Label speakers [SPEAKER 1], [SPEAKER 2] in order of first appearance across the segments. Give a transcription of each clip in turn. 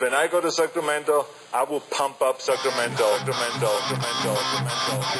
[SPEAKER 1] When I go to Sacramento, I will pump up Sacramento, Sacramento, Sacramento, Sacramento.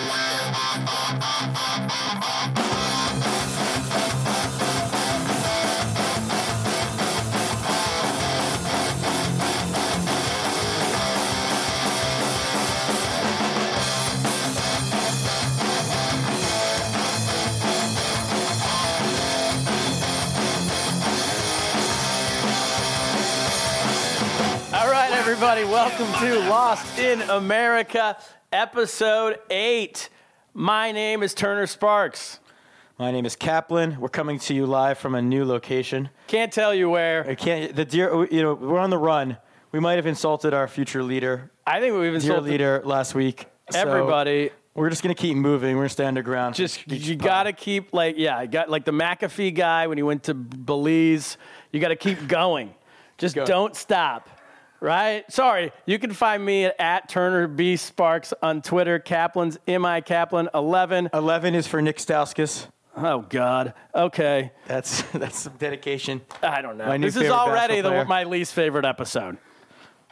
[SPEAKER 2] All right, everybody, welcome to Lost in America, episode eight. My name is Turner Sparks.
[SPEAKER 3] My name is Kaplan. We're coming to you live from a new location.
[SPEAKER 2] Can't tell you where.
[SPEAKER 3] I can't. The deer. You know, we're on the run. We might have insulted our future leader,
[SPEAKER 2] I think we've
[SPEAKER 3] deer
[SPEAKER 2] insulted
[SPEAKER 3] leader, last week. So
[SPEAKER 2] everybody.
[SPEAKER 3] we're just gonna keep moving. We're gonna stay underground.
[SPEAKER 2] Just
[SPEAKER 3] Each
[SPEAKER 2] you
[SPEAKER 3] pod.
[SPEAKER 2] gotta keep like yeah, you got like the McAfee guy when he went to Belize. You gotta keep going. Just
[SPEAKER 3] Go.
[SPEAKER 2] don't stop. Right? Sorry. You can find me at, Turner B Sparks on Twitter. Kaplan's M I Kaplan eleven.
[SPEAKER 3] Eleven is for Nick Stauskas.
[SPEAKER 2] Oh God. Okay.
[SPEAKER 3] That's that's some dedication.
[SPEAKER 2] I don't know.
[SPEAKER 3] My new
[SPEAKER 2] this is
[SPEAKER 3] favorite
[SPEAKER 2] already
[SPEAKER 3] basketball
[SPEAKER 2] the, my
[SPEAKER 3] player.
[SPEAKER 2] least favorite episode.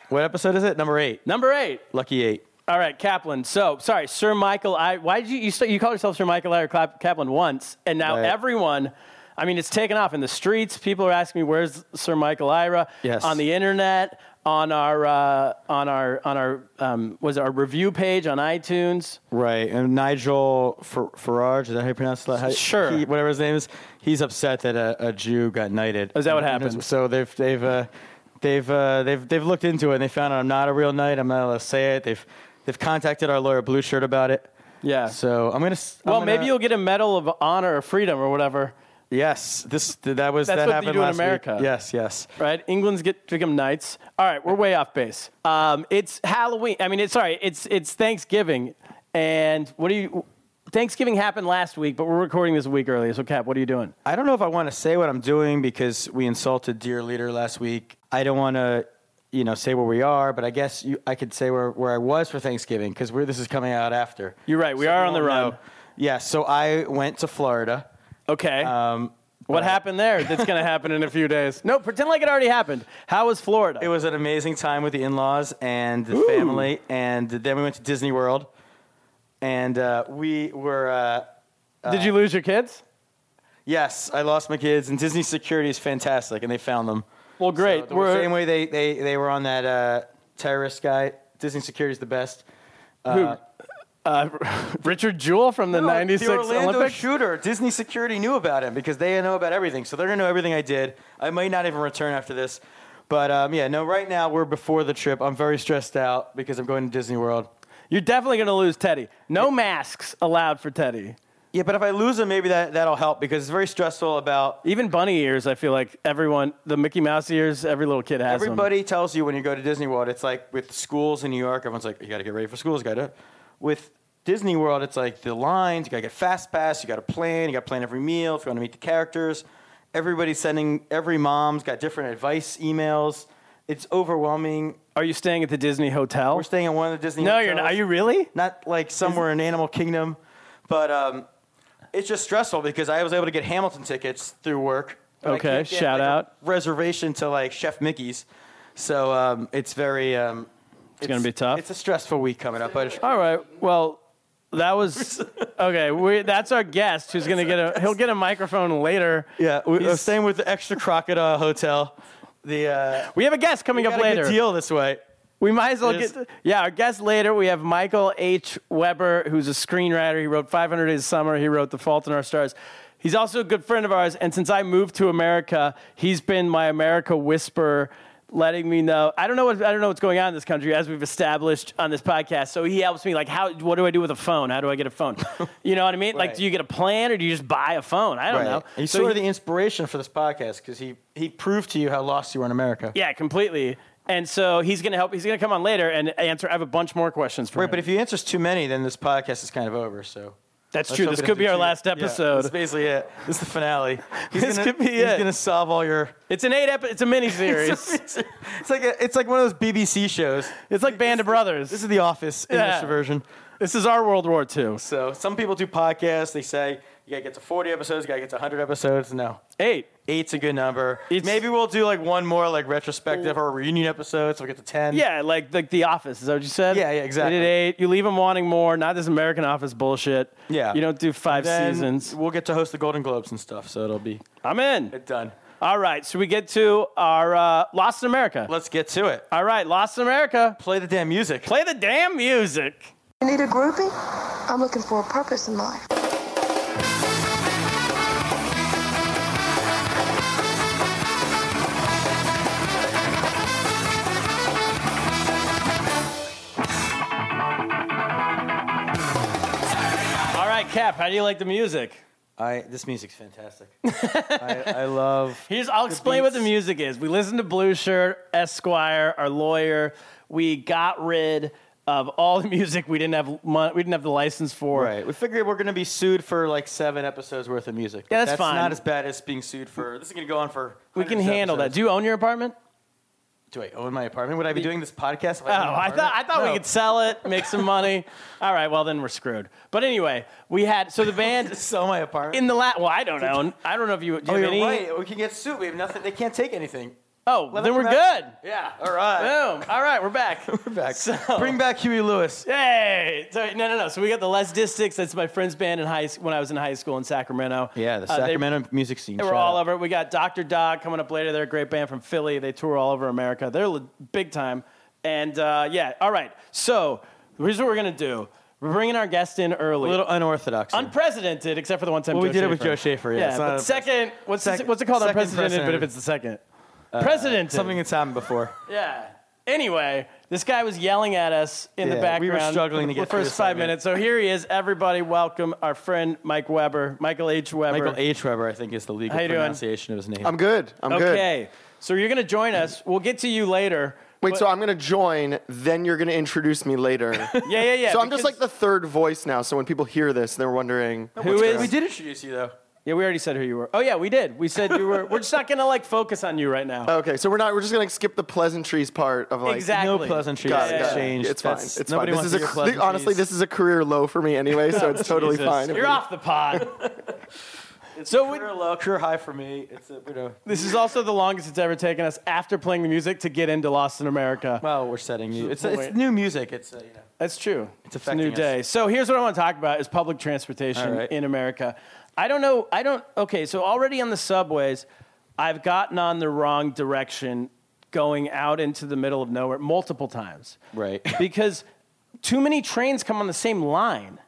[SPEAKER 3] What episode is it? Number eight.
[SPEAKER 2] Number eight.
[SPEAKER 3] Lucky eight.
[SPEAKER 2] All right, Kaplan. So sorry, Sir Michael. I why did you you, st- you call yourself Sir Michael Iyer Clap- Kaplan once, and now
[SPEAKER 3] Right.
[SPEAKER 2] everyone. I mean, it's taken off in the streets. People are asking me, "Where's Sir Michael Ira?"
[SPEAKER 3] Yes.
[SPEAKER 2] On the internet, on our uh, on our on our um, was it our review page on iTunes.
[SPEAKER 3] Right. And Nigel Fer- Farage, is that how you pronounce that? How-
[SPEAKER 2] Sure.
[SPEAKER 3] he- whatever his name is. He's upset that a, a Jew got knighted.
[SPEAKER 2] Is that what happened?
[SPEAKER 3] So they've they've uh, they've uh, they've they've looked into it and they found out I'm not a real knight. I'm not allowed to say it. They've they've contacted our lawyer Blue Shirt about it.
[SPEAKER 2] Yeah.
[SPEAKER 3] So I'm gonna. s- I'm
[SPEAKER 2] well,
[SPEAKER 3] gonna-
[SPEAKER 2] maybe you'll get a Medal of Honor or Freedom or whatever,
[SPEAKER 3] Yes. This th- that was
[SPEAKER 2] That's what
[SPEAKER 3] that
[SPEAKER 2] they
[SPEAKER 3] happened
[SPEAKER 2] do in
[SPEAKER 3] last
[SPEAKER 2] America.
[SPEAKER 3] Week. Yes. Yes.
[SPEAKER 2] right? England's get to become knights. All right, we're way off base. Um, it's Halloween. I mean, it's sorry, it's it's Thanksgiving, and what do you? Thanksgiving happened last week, but we're recording this a week early. So, Cap, what are you doing?
[SPEAKER 3] I don't know if I want to say what I'm doing because we insulted dear leader last week. I don't want to, you know, say where we are, but I guess you, I could say where, where I was for Thanksgiving because this is coming out after.
[SPEAKER 2] You're right, we
[SPEAKER 3] So
[SPEAKER 2] are
[SPEAKER 3] you
[SPEAKER 2] on the
[SPEAKER 3] won't
[SPEAKER 2] run.
[SPEAKER 3] know. Yeah. So I went to Florida.
[SPEAKER 2] Okay.
[SPEAKER 3] Um,
[SPEAKER 2] what
[SPEAKER 3] but
[SPEAKER 2] happened there? That's going to happen in a few days. No, pretend like it already happened. How was Florida?
[SPEAKER 3] It was an amazing time with the in-laws and the family, and then we went to Disney World, and uh, we were. Uh,
[SPEAKER 2] Did you lose your kids?
[SPEAKER 3] Yes, I lost my kids, and Disney security is fantastic, and they found them.
[SPEAKER 2] Well, great.
[SPEAKER 3] So, the
[SPEAKER 2] We're-
[SPEAKER 3] same way they, they, they were on that uh, terrorist guy. Disney security is the best.
[SPEAKER 2] Uh, Richard Jewell from the '96
[SPEAKER 3] the Orlando
[SPEAKER 2] Olympics.
[SPEAKER 3] shooter. Disney security knew about him because they know about everything. So they're gonna know everything I did. I might not even return after this, but um, yeah, no. Right now we're before the trip. I'm very stressed out because I'm going to Disney World.
[SPEAKER 2] You're definitely going to lose Teddy. No masks allowed for Teddy.
[SPEAKER 3] Yeah, but if I lose him, maybe that that'll help because it's very stressful about
[SPEAKER 2] Even bunny ears, I feel like everyone, the Mickey Mouse ears, every little kid has them.
[SPEAKER 3] Everybody tells you when you go to Disney World, it's like with schools in New York, everyone's like, you got to get ready for schools, got to. With Disney World, it's like the lines, you got to get fast pass, you got to plan, you got to plan every meal if you want to meet the characters. Everybody's sending, every mom's got different advice emails. It's overwhelming.
[SPEAKER 2] Are you staying at the Disney hotel?
[SPEAKER 3] We're staying at one of the Disney.
[SPEAKER 2] no, you're not.
[SPEAKER 3] hotels
[SPEAKER 2] Are you really?
[SPEAKER 3] not like somewhere in Animal Kingdom, but um, it's just stressful because I was able to get Hamilton tickets through work. but I
[SPEAKER 2] Okay,
[SPEAKER 3] can't get,
[SPEAKER 2] shout
[SPEAKER 3] like, a
[SPEAKER 2] out.
[SPEAKER 3] reservation to like Chef Mickey's, so um, it's very. Um, it's,
[SPEAKER 2] gonna be tough. Uh,
[SPEAKER 3] It's a stressful week coming up. But
[SPEAKER 2] All right. Well, that was okay. We, that's our guest who's going to get a. He'll get a microphone later.
[SPEAKER 3] yeah, we, uh,
[SPEAKER 2] He's-
[SPEAKER 3] same with the extra crocodile hotel. The uh,
[SPEAKER 2] We have a guest coming
[SPEAKER 3] we
[SPEAKER 2] up
[SPEAKER 3] got a
[SPEAKER 2] later.
[SPEAKER 3] good deal this way.
[SPEAKER 2] We might as well
[SPEAKER 3] Yes.
[SPEAKER 2] get. Yeah, our guest later, we have Michael H. Weber, who's a screenwriter. He wrote 500 Days of Summer, he wrote The Fault in Our Stars. He's also a good friend of ours. And since I moved to America, he's been my America whisperer. Letting me know, I don't know what I don't know what's going on in this country, as we've established on this podcast. So he helps me, like, how? What do I do with a phone? How do I get a phone? You know what I mean? Like,
[SPEAKER 3] Right.
[SPEAKER 2] do you get a plan or do you just buy a phone? I don't know.
[SPEAKER 3] He's
[SPEAKER 2] So
[SPEAKER 3] sort of
[SPEAKER 2] he-
[SPEAKER 3] the inspiration for this podcast because he, he proved to you how lost you were in America.
[SPEAKER 2] yeah, completely. And so he's gonna help. He's gonna come on later and answer. I have a bunch more questions for
[SPEAKER 3] Right,
[SPEAKER 2] him.
[SPEAKER 3] but if you answer too many, then this podcast is kind of over. So
[SPEAKER 2] That's
[SPEAKER 3] let's
[SPEAKER 2] true.
[SPEAKER 3] hope
[SPEAKER 2] This
[SPEAKER 3] he
[SPEAKER 2] could be
[SPEAKER 3] doesn't
[SPEAKER 2] our
[SPEAKER 3] do-
[SPEAKER 2] last
[SPEAKER 3] yeah,
[SPEAKER 2] episode.
[SPEAKER 3] that's basically it. This is the finale. He's
[SPEAKER 2] This
[SPEAKER 3] gonna,
[SPEAKER 2] could be
[SPEAKER 3] he's
[SPEAKER 2] it.
[SPEAKER 3] gonna solve all your.
[SPEAKER 2] it's an eight episode. It's a mini series.
[SPEAKER 3] it's like a, it's like one of those BBC shows.
[SPEAKER 2] it's like Band of Brothers.
[SPEAKER 3] This is The Office
[SPEAKER 2] Yeah.
[SPEAKER 3] English version.
[SPEAKER 2] This is our World War II.
[SPEAKER 3] So some people do podcasts. They say you gotta get to 40 episodes, you gotta get to 100 episodes. No,
[SPEAKER 2] Eight.
[SPEAKER 3] eight's a good number.
[SPEAKER 2] It's-
[SPEAKER 3] Maybe we'll do like one more like retrospective or reunion episode, so we get to 10.
[SPEAKER 2] Yeah, like like The Office. Is that what you said?
[SPEAKER 3] Yeah, yeah, exactly.
[SPEAKER 2] You did eight. You leave them wanting more. Not this American Office bullshit.
[SPEAKER 3] Yeah.
[SPEAKER 2] You don't do five
[SPEAKER 3] Then
[SPEAKER 2] seasons.
[SPEAKER 3] We'll get to host the Golden Globes and stuff, so it'll be
[SPEAKER 2] I'm in.
[SPEAKER 3] done.
[SPEAKER 2] All right. So we get to our uh, Lost in America.
[SPEAKER 3] Let's get to it.
[SPEAKER 2] All right, Lost in America.
[SPEAKER 3] Play the damn music.
[SPEAKER 2] Play the damn music.
[SPEAKER 4] You need a groupie? I'm looking for a purpose in life.
[SPEAKER 2] All right, Cap. How do you like the music?
[SPEAKER 3] I this music's fantastic. I, I love.
[SPEAKER 2] Here's I'll explain what the music is. We listened to Blue Shirt, Esquire, our lawyer. We got rid of all the music we didn't have mon- we didn't have the license for.
[SPEAKER 3] Right, we figured we're gonna be sued for like seven episodes worth of music.
[SPEAKER 2] Yeah, that's fine.
[SPEAKER 3] not as bad as being sued for. This is gonna go on for.
[SPEAKER 2] We can handle that. Do you own your apartment?
[SPEAKER 3] Do, do I own my apartment? Would I be doing this podcast? If
[SPEAKER 2] Oh,
[SPEAKER 3] owned an
[SPEAKER 2] I thought I
[SPEAKER 3] apartment?
[SPEAKER 2] thought we
[SPEAKER 3] No.
[SPEAKER 2] could sell it, make some money. all right, well then we're screwed. But anyway, we had so the band
[SPEAKER 3] sell my apartment.
[SPEAKER 2] in the lat. Well, I don't own. I don't know if you. Do you
[SPEAKER 3] oh,
[SPEAKER 2] have
[SPEAKER 3] you're
[SPEAKER 2] any?
[SPEAKER 3] right. We can get sued. We have nothing. They can't take anything.
[SPEAKER 2] Oh,
[SPEAKER 3] Let
[SPEAKER 2] then
[SPEAKER 3] them
[SPEAKER 2] we're
[SPEAKER 3] come
[SPEAKER 2] good.
[SPEAKER 3] out. Yeah. All right.
[SPEAKER 2] Boom. All right, we're back.
[SPEAKER 3] We're back.
[SPEAKER 2] So-
[SPEAKER 3] Bring back Huey Lewis.
[SPEAKER 2] Hey, sorry, no, no, no. So we got the Les Distics. That's my friend's band in high when I was in high school in Sacramento. Uh, they-
[SPEAKER 3] music scene.
[SPEAKER 2] They were all over. We got Dr. Dog coming up later. They're a great band from Philly. They tour all over America. They're le- big time. And uh, yeah, all right. So here's what we're gonna do. We're bringing our guest in early.
[SPEAKER 3] A little unorthodox. here.
[SPEAKER 2] unprecedented, except for the one time.
[SPEAKER 3] Well, we
[SPEAKER 2] Joe
[SPEAKER 3] did
[SPEAKER 2] Schaefer.
[SPEAKER 3] it with Joe Schaefer, yeah, it's not
[SPEAKER 2] but
[SPEAKER 3] a-
[SPEAKER 2] second, what's the-
[SPEAKER 3] Second-
[SPEAKER 2] what's it called?
[SPEAKER 3] second
[SPEAKER 2] Unprecedented, but if
[SPEAKER 3] precedented.
[SPEAKER 2] it's the second, President.
[SPEAKER 3] Something that's happened before.
[SPEAKER 2] Yeah. Anyway, this guy was yelling at us in the
[SPEAKER 3] Yeah,
[SPEAKER 2] background.
[SPEAKER 3] we were struggling
[SPEAKER 2] for
[SPEAKER 3] to get
[SPEAKER 2] the
[SPEAKER 3] through
[SPEAKER 2] first
[SPEAKER 3] this
[SPEAKER 2] five
[SPEAKER 3] segment.
[SPEAKER 2] minutes. So here he is. Everybody, welcome our friend Mike Weber, Michael H. Weber.
[SPEAKER 3] Michael H. Weber, I think, is the legal
[SPEAKER 2] How you doing?
[SPEAKER 3] pronunciation of his name.
[SPEAKER 5] I'm good. I'm good.
[SPEAKER 2] Okay. So you're gonna join us. We'll get to you later.
[SPEAKER 5] Wait,
[SPEAKER 2] But-
[SPEAKER 5] so I'm gonna join, then you're gonna introduce me later.
[SPEAKER 2] yeah, yeah, yeah.
[SPEAKER 5] so I'm just like
[SPEAKER 2] because-
[SPEAKER 5] the third voice now. So when people hear this, they're wondering
[SPEAKER 2] who is?
[SPEAKER 3] We did introduce you though.
[SPEAKER 2] Yeah, we already said who you were. Oh yeah, we did. We said you were. We're just not gonna like focus on you right now.
[SPEAKER 5] Okay, so we're not. We're just gonna skip the pleasantries part of Oh, like.
[SPEAKER 2] Exactly.
[SPEAKER 3] No pleasantries
[SPEAKER 5] Got it, got it.
[SPEAKER 3] exchanged.
[SPEAKER 5] It's fine.
[SPEAKER 3] That's-
[SPEAKER 5] it's fine.
[SPEAKER 3] nobody
[SPEAKER 5] This
[SPEAKER 3] wants
[SPEAKER 5] is
[SPEAKER 3] to
[SPEAKER 5] a,
[SPEAKER 3] hear
[SPEAKER 5] th-
[SPEAKER 3] pleasantries.
[SPEAKER 5] honestly, this is a career low for me anyway, so it's totally
[SPEAKER 3] Jesus.
[SPEAKER 5] fine. if
[SPEAKER 2] You're
[SPEAKER 5] we-
[SPEAKER 2] off the pod. so we,
[SPEAKER 3] career low, career high for me. It's a, you know.
[SPEAKER 2] this is also the longest it's ever taken us after playing the music to get into Lost in America.
[SPEAKER 3] Well, we're setting you. It's, it's
[SPEAKER 2] Wait.
[SPEAKER 3] new music. It's uh, you know.
[SPEAKER 2] That's true. It's, a
[SPEAKER 3] affecting
[SPEAKER 2] new
[SPEAKER 3] us.
[SPEAKER 2] day. So here's what I want to talk about is public transportation
[SPEAKER 3] All right.
[SPEAKER 2] in America. I don't know. I don't. Okay, so already on the subways, I've gotten on the wrong direction going out into the middle of nowhere multiple times.
[SPEAKER 3] Right.
[SPEAKER 2] Because too many trains come on the same line.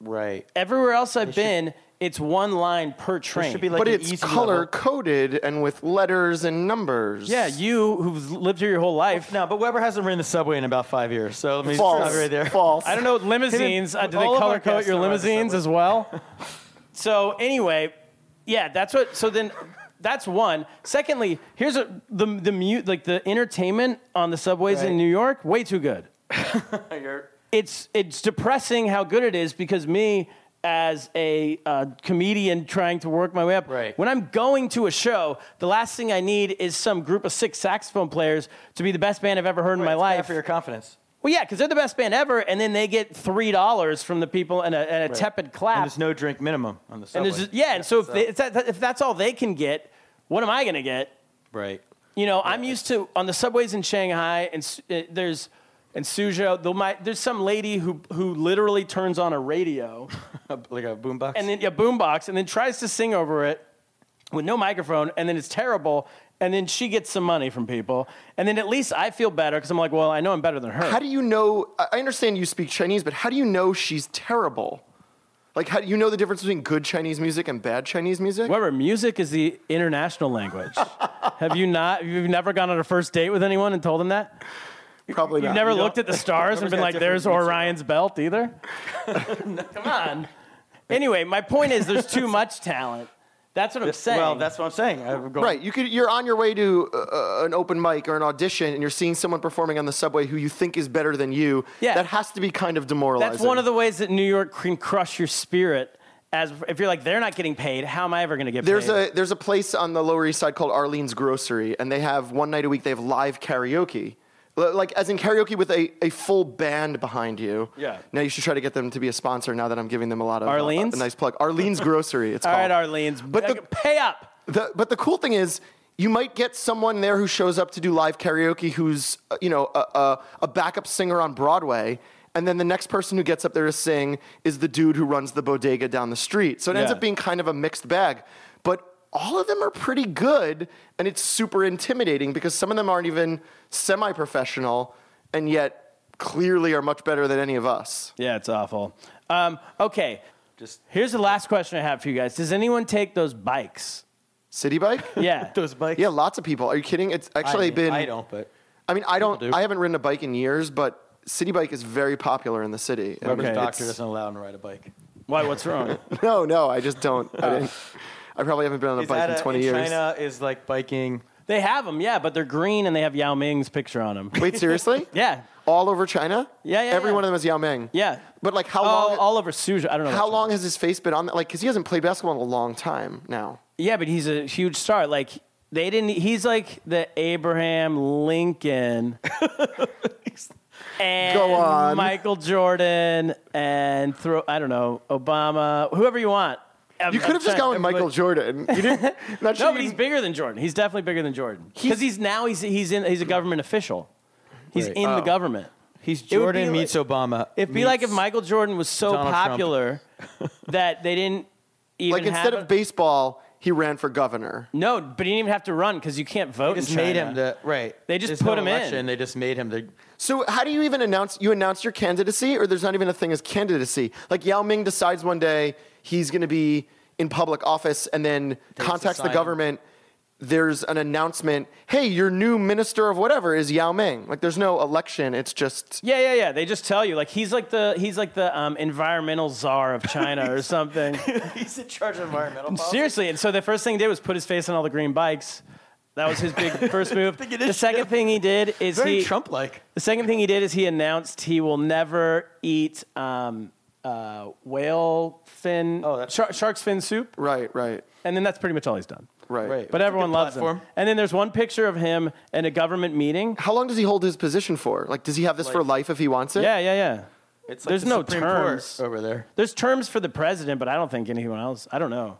[SPEAKER 3] Right.
[SPEAKER 2] Everywhere else I've been, it's one line per train.
[SPEAKER 3] should be like
[SPEAKER 5] but
[SPEAKER 3] an
[SPEAKER 5] it's
[SPEAKER 3] easy
[SPEAKER 5] color
[SPEAKER 3] level.
[SPEAKER 5] coded and with letters and numbers.
[SPEAKER 2] yeah, you who's lived here your whole life.
[SPEAKER 3] No, but Weber hasn't ridden the subway in about five years, so let me
[SPEAKER 5] False.
[SPEAKER 3] stop right there.
[SPEAKER 5] False.
[SPEAKER 2] I don't know limousines. Uh, do they
[SPEAKER 3] all of our
[SPEAKER 2] color code
[SPEAKER 3] guests
[SPEAKER 2] your
[SPEAKER 3] are riding the
[SPEAKER 2] limousines
[SPEAKER 3] subway.
[SPEAKER 2] as well? so anyway, yeah, that's what. So then, that's one. Secondly, here's a, the the mute like the entertainment on the subways
[SPEAKER 3] Right.
[SPEAKER 2] in New York way too good.
[SPEAKER 3] You're-
[SPEAKER 2] It's it's depressing how good it is because me as a uh, comedian trying to work my way up
[SPEAKER 3] Right.
[SPEAKER 2] when i'm going to a show the last thing i need is some group of six saxophone players to be the best band i've ever heard in my
[SPEAKER 3] it's bad
[SPEAKER 2] life
[SPEAKER 3] for your confidence.
[SPEAKER 2] well, yeah, because they're the best band ever, and then they get three dollars from the people and a, and a tepid clap.
[SPEAKER 3] And there's no drink minimum on the
[SPEAKER 2] And
[SPEAKER 3] subway.
[SPEAKER 2] there's just- yeah, and so if, they, if, that, if that's all they can get, what am I gonna get?
[SPEAKER 3] right.
[SPEAKER 2] You know, I'm used to on the subways in Shanghai and S- uh, there's and Suzhou. Though my, there's some lady who who literally turns on a radio
[SPEAKER 3] Like a boombox.
[SPEAKER 2] and then a boombox and then tries to sing over it with no microphone, and then it's terrible. and then she gets some money from people, and then at least I feel better because I'm like, well, I know I'm better than her.
[SPEAKER 5] How do you know? I I understand you speak Chinese, but how do you know she's terrible? Like, how do you know the difference between good Chinese music and bad Chinese music?
[SPEAKER 2] Whatever, music is the international language. have you not? You've never gone on a first date with anyone and told them that?
[SPEAKER 5] Probably
[SPEAKER 2] You've
[SPEAKER 5] not.
[SPEAKER 2] never looked at the stars and
[SPEAKER 3] Everyone's
[SPEAKER 2] been
[SPEAKER 3] got
[SPEAKER 2] like,
[SPEAKER 3] different
[SPEAKER 2] there's
[SPEAKER 3] views of
[SPEAKER 2] Orion's belt either? Come on. Anyway, my point is there's too much talent. That's what I'm saying.
[SPEAKER 3] Well, that's what I'm saying. I'm going,
[SPEAKER 5] Right, you could. You're on your way to uh, uh, an open mic or an audition, and you're seeing someone performing on the subway who you think is better than you.
[SPEAKER 2] Yeah.
[SPEAKER 5] that has to be kind of demoralizing.
[SPEAKER 2] That's one of the ways that New York can crush your spirit. As if you're like, they're not getting paid, how am I ever going to get
[SPEAKER 5] There's
[SPEAKER 2] paid?
[SPEAKER 5] a there's a place on the Lower East Side called Arlene's Grocery, and they have one night a week they have live karaoke, L- like as in karaoke with a, a full band behind you.
[SPEAKER 3] Yeah.
[SPEAKER 5] Now you should try to get them to be a sponsor. Now that I'm giving them a lot of uh,
[SPEAKER 2] Arlene's?
[SPEAKER 5] a nice plug. Arlene's Grocery. It's
[SPEAKER 2] All
[SPEAKER 5] called.
[SPEAKER 2] right, Arlene's, but
[SPEAKER 5] But the-
[SPEAKER 2] pay up.
[SPEAKER 5] The, but the cool thing is, you might get someone there who shows up to do live karaoke who's, uh, you know, a, a, a backup singer on Broadway. And then the next person who gets up there to sing is the dude who runs the bodega down the street. So it ends
[SPEAKER 2] Yeah.
[SPEAKER 5] up being kind of a mixed bag. But all of them are pretty good. And it's super intimidating because some of them aren't even semi professional and yet clearly are much better than any of us.
[SPEAKER 2] Yeah, it's awful. Um,
[SPEAKER 3] oh,
[SPEAKER 2] okay, just here's the last question I have for you guys. Does anyone take those bikes?
[SPEAKER 5] City Bike?
[SPEAKER 2] Yeah,
[SPEAKER 3] Those bikes.
[SPEAKER 5] Yeah, lots of people. Are you kidding? It's actually
[SPEAKER 3] I mean,
[SPEAKER 5] been.
[SPEAKER 3] I don't, but
[SPEAKER 5] I mean, I don't.
[SPEAKER 3] do.
[SPEAKER 5] I haven't ridden a bike in years, but city bike is very popular in the city. And
[SPEAKER 3] Robert's
[SPEAKER 2] Okay,
[SPEAKER 3] doctor
[SPEAKER 5] it's-
[SPEAKER 3] doesn't allow him to ride a bike.
[SPEAKER 2] Why? What's wrong?
[SPEAKER 5] No, no, I just don't. I,
[SPEAKER 2] Oh.
[SPEAKER 5] didn't, I probably haven't been on a
[SPEAKER 3] Is
[SPEAKER 5] bike
[SPEAKER 3] that
[SPEAKER 5] in
[SPEAKER 3] a-
[SPEAKER 5] 20 years.
[SPEAKER 3] China is like biking.
[SPEAKER 2] they have them, yeah, but they're green and they have Yao Ming's picture on them.
[SPEAKER 5] Wait, seriously?
[SPEAKER 2] Yeah,
[SPEAKER 5] All over China?
[SPEAKER 2] Yeah, yeah,
[SPEAKER 5] Every
[SPEAKER 2] yeah.
[SPEAKER 5] one of them is Yao Ming.
[SPEAKER 2] yeah.
[SPEAKER 5] But like, how
[SPEAKER 2] oh,
[SPEAKER 5] long?
[SPEAKER 2] all over Suja. I don't know.
[SPEAKER 5] how
[SPEAKER 2] which
[SPEAKER 5] long
[SPEAKER 2] one.
[SPEAKER 5] has his face been on? Like, because he hasn't played basketball in a long time now.
[SPEAKER 2] Yeah, but he's a huge star. Like they didn't. He's like the Abraham Lincoln. And
[SPEAKER 5] Go on.
[SPEAKER 2] Michael Jordan and throw I don't know Obama whoever you want.
[SPEAKER 5] You could have just gone with Michael Jordan. You didn't, not sure
[SPEAKER 2] No, but
[SPEAKER 5] you
[SPEAKER 2] he's
[SPEAKER 5] didn't-
[SPEAKER 2] bigger than Jordan. He's definitely bigger than Jordan because
[SPEAKER 5] He's-
[SPEAKER 2] he's now he's he's in he's a government official. He's
[SPEAKER 3] Right.
[SPEAKER 2] in the government.
[SPEAKER 3] He's
[SPEAKER 2] It would be
[SPEAKER 3] Jordan
[SPEAKER 2] like-
[SPEAKER 3] meets Obama.
[SPEAKER 2] It'd be like if Michael Jordan was so
[SPEAKER 3] Donald Trump.
[SPEAKER 2] popular that they didn't even
[SPEAKER 5] like
[SPEAKER 2] have
[SPEAKER 5] instead
[SPEAKER 2] a-
[SPEAKER 5] of baseball, he ran for governor.
[SPEAKER 2] no, but he didn't even have to run because you can't vote.
[SPEAKER 3] just
[SPEAKER 2] in
[SPEAKER 3] made
[SPEAKER 2] China.
[SPEAKER 3] him the right.
[SPEAKER 2] They just
[SPEAKER 3] There's
[SPEAKER 2] put
[SPEAKER 3] no
[SPEAKER 2] him in.
[SPEAKER 3] election, They just made him the.
[SPEAKER 5] So how do you even announce you announce your candidacy or there's not even a thing as candidacy? Like Yao Ming decides one day he's going to be in public office and then contacts the
[SPEAKER 3] sign.
[SPEAKER 5] government. There's an announcement, "Hey, your new minister of whatever is Yao Ming." Like there's no election, it's just
[SPEAKER 2] Yeah, yeah, yeah. They just tell you like he's like the he's like the um, environmental czar of China or something.
[SPEAKER 3] He's in charge of environmental
[SPEAKER 2] Seriously. And so the first thing he did was put his face on all the green bikes. That was his big first move.
[SPEAKER 3] Big
[SPEAKER 2] The second
[SPEAKER 3] initiative.
[SPEAKER 2] thing he did is
[SPEAKER 3] Very
[SPEAKER 2] he
[SPEAKER 3] Trump-like.
[SPEAKER 2] The second thing he did is he announced he will never eat um, uh, whale fin
[SPEAKER 3] Oh, that's-
[SPEAKER 2] shar- shark's fin soup,
[SPEAKER 5] right, right,
[SPEAKER 2] and then that's pretty much all he's done.
[SPEAKER 5] right.
[SPEAKER 3] Right.
[SPEAKER 2] But
[SPEAKER 3] It's a
[SPEAKER 2] everyone
[SPEAKER 3] good
[SPEAKER 2] loves him.
[SPEAKER 3] platform.
[SPEAKER 2] And then there's one picture of him in a government meeting.
[SPEAKER 5] How long does he hold his position for? Like does he have this for life if he wants it?
[SPEAKER 2] Yeah, yeah, yeah.
[SPEAKER 3] It's
[SPEAKER 2] There's
[SPEAKER 3] the
[SPEAKER 2] no
[SPEAKER 3] Supreme Court
[SPEAKER 2] terms.
[SPEAKER 3] over there.
[SPEAKER 2] There's terms for the president, but I don't think anyone else. I don't know.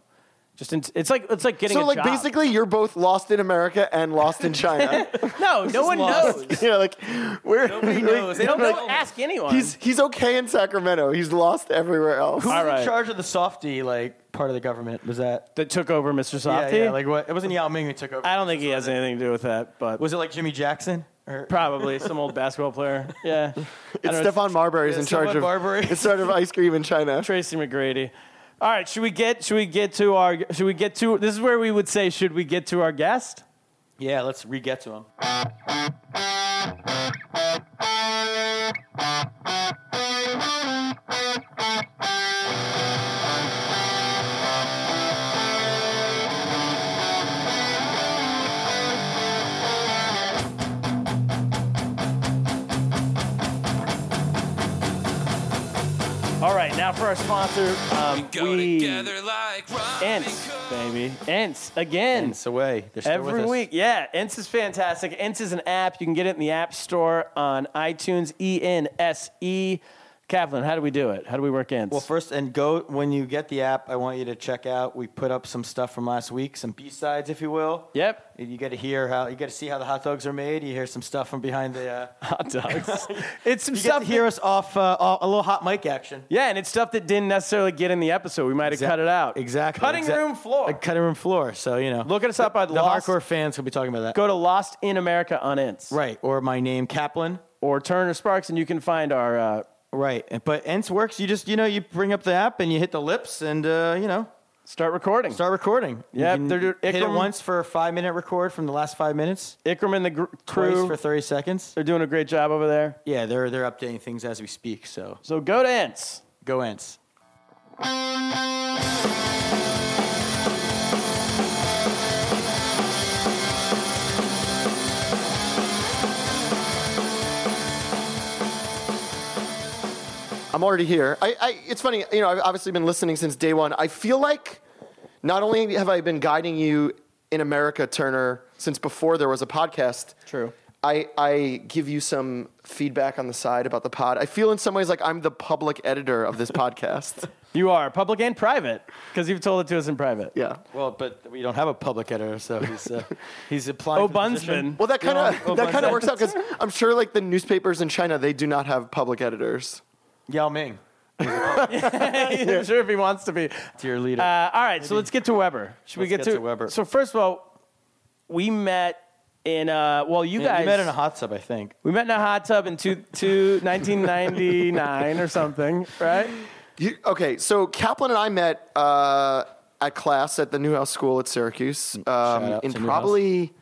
[SPEAKER 2] Just in, it's like it's like getting
[SPEAKER 5] So
[SPEAKER 2] a
[SPEAKER 5] like
[SPEAKER 2] job.
[SPEAKER 5] basically you're both lost in America and lost in China.
[SPEAKER 2] no, no one
[SPEAKER 3] lost.
[SPEAKER 2] knows.
[SPEAKER 5] you know, like where
[SPEAKER 3] Nobody knows. They
[SPEAKER 2] Don't
[SPEAKER 3] Like,
[SPEAKER 2] don't ask anyone.
[SPEAKER 5] He's he's okay in Sacramento. He's lost everywhere else.
[SPEAKER 3] Who's
[SPEAKER 2] All right.
[SPEAKER 3] in charge of the softy like part of the government? Was that?
[SPEAKER 2] that took over Mr. Softy.
[SPEAKER 3] Yeah, yeah. Like what? It wasn't Yao Ming who took over.
[SPEAKER 2] I don't think he has anything to do with that, but
[SPEAKER 3] Was it like Jimmy Jackson? Or
[SPEAKER 2] probably some old basketball player. Yeah, I
[SPEAKER 5] It's
[SPEAKER 2] don't know.
[SPEAKER 5] Stefan Marbury's
[SPEAKER 3] Yeah,
[SPEAKER 5] in charge
[SPEAKER 3] Stefan
[SPEAKER 5] of
[SPEAKER 3] Marbury.
[SPEAKER 5] in charge of ice cream in China.
[SPEAKER 2] Tracy McGrady. All right, should we get should we get to our should we get to this is where we would say should we get to our guest?
[SPEAKER 3] Yeah. Let's re-get to him.
[SPEAKER 2] All right, now for our sponsor, um,
[SPEAKER 6] Go
[SPEAKER 2] we
[SPEAKER 6] together like Robin
[SPEAKER 2] Ents, baby, Ents again.
[SPEAKER 3] It's away. They're still with
[SPEAKER 2] Every
[SPEAKER 3] us.
[SPEAKER 2] week, yeah. Ents is fantastic. Ents is an app. You can get it in the App Store on iTunes, E N S E. Kaplan, how do we do it? How do we work in?
[SPEAKER 3] Well, first, and go when you get the app. I want you to check out. We put up some stuff from last week, some B sides, if you will.
[SPEAKER 2] Yep.
[SPEAKER 3] You get to hear how you get to see how the hot dogs are made. You hear some stuff from behind the. Uh,
[SPEAKER 2] hot dogs. it's some
[SPEAKER 3] you get
[SPEAKER 2] stuff
[SPEAKER 3] to hear us off uh, off- a little hot mic action.
[SPEAKER 2] Yeah, and it's stuff that didn't necessarily get in the episode. We might have
[SPEAKER 3] Exact-
[SPEAKER 2] cut it out.
[SPEAKER 3] Exactly.
[SPEAKER 2] Cutting
[SPEAKER 3] exact-
[SPEAKER 2] room floor.
[SPEAKER 3] A cutting room floor. So you know,
[SPEAKER 2] Look us up at
[SPEAKER 3] the
[SPEAKER 2] Lost.
[SPEAKER 3] hardcore fans. will be talking about that.
[SPEAKER 2] Go to Lost in America on Ints.
[SPEAKER 3] right or my name Kaplan.
[SPEAKER 2] Or Turner Sparks, and you can find our. Uh,
[SPEAKER 3] Right, and- but Ents works. You just you know you bring up the app and you hit the lips and uh, you know
[SPEAKER 2] start recording.
[SPEAKER 3] start recording. You
[SPEAKER 2] Yep,
[SPEAKER 3] can
[SPEAKER 2] they're- they're-
[SPEAKER 3] hit it
[SPEAKER 2] Ikram-
[SPEAKER 3] once for a five minute record from the last five minutes.
[SPEAKER 2] Ikram and the gr-
[SPEAKER 3] Twice
[SPEAKER 2] crew.
[SPEAKER 3] for thirty seconds.
[SPEAKER 2] they're doing a great job over there.
[SPEAKER 3] Yeah, they're they're updating things as we speak. So
[SPEAKER 2] So go to Ints.
[SPEAKER 3] go Ents.
[SPEAKER 5] I'm already here. I, I, it's funny, you know, I've obviously been listening since day one. I feel like not only have I been guiding you in America, Turner, since before there was a podcast.
[SPEAKER 2] True.
[SPEAKER 5] I, I give you some feedback on the side about the pod. I feel in some ways like I'm the public editor of this podcast.
[SPEAKER 2] You are public and private because you've told it to us in private.
[SPEAKER 5] Yeah.
[SPEAKER 3] Well, but we don't have a public editor, so he's uh, he's applying.
[SPEAKER 2] Oh,
[SPEAKER 3] for the position.
[SPEAKER 2] Bunsman.
[SPEAKER 5] Well, that kind of
[SPEAKER 3] Yeah, oh,
[SPEAKER 5] that
[SPEAKER 3] my
[SPEAKER 5] kind of
[SPEAKER 3] God.
[SPEAKER 5] works out because I'm sure like the newspapers in China they do not have public editors.
[SPEAKER 3] Yao Ming,
[SPEAKER 2] I'm sure if he wants to be.
[SPEAKER 3] dear leader.
[SPEAKER 2] Uh, all right, so let's get to Weber. Should we
[SPEAKER 3] Let's
[SPEAKER 2] get,
[SPEAKER 3] get to Weber.
[SPEAKER 2] So first of all, we met in uh, well, you
[SPEAKER 3] Yeah,
[SPEAKER 2] guys
[SPEAKER 3] you met in a hot tub, I think.
[SPEAKER 2] We met in a hot tub in two, two, 1999 or something, right?
[SPEAKER 5] You, okay, so Kaplan and I met uh, at class at the Newhouse School at Syracuse um,
[SPEAKER 3] Mm, out
[SPEAKER 5] in
[SPEAKER 3] to Newhouse.
[SPEAKER 5] probably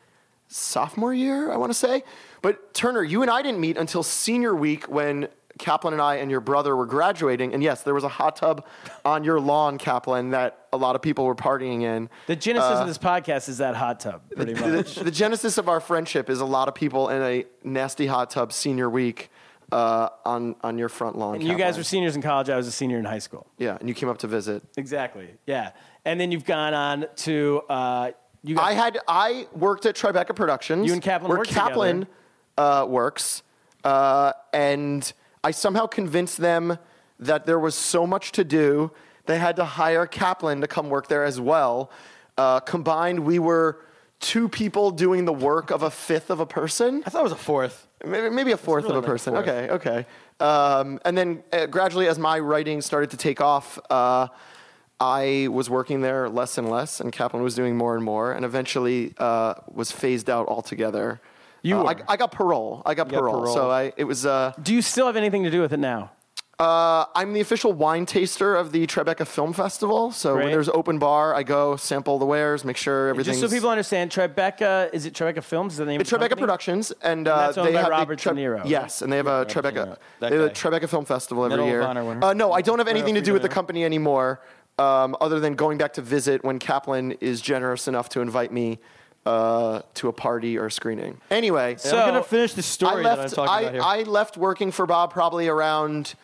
[SPEAKER 5] sophomore year, I want to say. But Turner, you and I didn't meet until senior week when Kaplan and I and your brother were graduating. And yes, there was a hot tub on your lawn, Kaplan, that a lot of people were partying in.
[SPEAKER 2] The genesis of this podcast is that hot tub, pretty much.
[SPEAKER 5] The genesis of our friendship is a lot of people in a nasty hot tub senior week uh, on on your front lawn.
[SPEAKER 2] you guys
[SPEAKER 5] Kaplan.
[SPEAKER 2] were seniors in college. I was a senior in high school.
[SPEAKER 5] yeah, and you came up to visit.
[SPEAKER 2] Exactly. Yeah. And then you've gone on to uh, you. Got,
[SPEAKER 5] I had I worked at Tribeca Productions.
[SPEAKER 2] You and Kaplan
[SPEAKER 5] where
[SPEAKER 2] worked
[SPEAKER 5] Kaplan uh, works, uh, and I somehow convinced them that there was so much to do, they had to hire Kaplan to come work there as well. Uh, combined, we were two people doing the work of a fifth of a person.
[SPEAKER 3] I thought it was a fourth.
[SPEAKER 5] Maybe, maybe a fourth
[SPEAKER 3] really
[SPEAKER 5] of a
[SPEAKER 3] not
[SPEAKER 5] person.
[SPEAKER 3] fourth.
[SPEAKER 5] Okay, okay. Um, and then uh, gradually, as my writing started to take off, uh, I was working there less and less, and Kaplan was doing more and more, and eventually uh, was phased out altogether.
[SPEAKER 2] You
[SPEAKER 5] Uh,
[SPEAKER 2] were.
[SPEAKER 5] I, I got parole. I got, parole.
[SPEAKER 3] parole.
[SPEAKER 5] So I, it was. Uh,
[SPEAKER 2] do you still have anything to do with it now?
[SPEAKER 5] I'm the official wine taster of the Tribeca Film Festival. So
[SPEAKER 2] Great.
[SPEAKER 5] when there's open bar, I go sample the wares, make sure everything's.
[SPEAKER 2] Just so people understand, Tribeca is it Tribeca Films? Is that the name?
[SPEAKER 5] It's
[SPEAKER 2] of the
[SPEAKER 5] Tribeca
[SPEAKER 2] company?
[SPEAKER 5] Productions, and, uh,
[SPEAKER 2] that's owned
[SPEAKER 5] they
[SPEAKER 2] by
[SPEAKER 5] have the
[SPEAKER 2] Robert De
[SPEAKER 5] Treb-
[SPEAKER 2] Niro.
[SPEAKER 5] Yes, and they have a Tribeca.
[SPEAKER 3] Niro, that
[SPEAKER 5] They have a
[SPEAKER 3] guy.
[SPEAKER 5] Tribeca Film Festival every
[SPEAKER 3] Medal of
[SPEAKER 5] year.
[SPEAKER 3] Honor winner.
[SPEAKER 5] Uh, no, I don't have
[SPEAKER 3] Medal of
[SPEAKER 5] anything to
[SPEAKER 3] Freedom
[SPEAKER 5] do with the
[SPEAKER 3] winner.
[SPEAKER 5] company anymore, um, other than going back to visit when Kaplan is generous enough to invite me uh, to a party or screening. Anyway,
[SPEAKER 3] So, I'm
[SPEAKER 2] So-
[SPEAKER 3] gonna finish the
[SPEAKER 5] I
[SPEAKER 3] story that I'm
[SPEAKER 5] left.
[SPEAKER 3] talking
[SPEAKER 5] I,
[SPEAKER 3] about here.
[SPEAKER 5] I left working for Bob probably around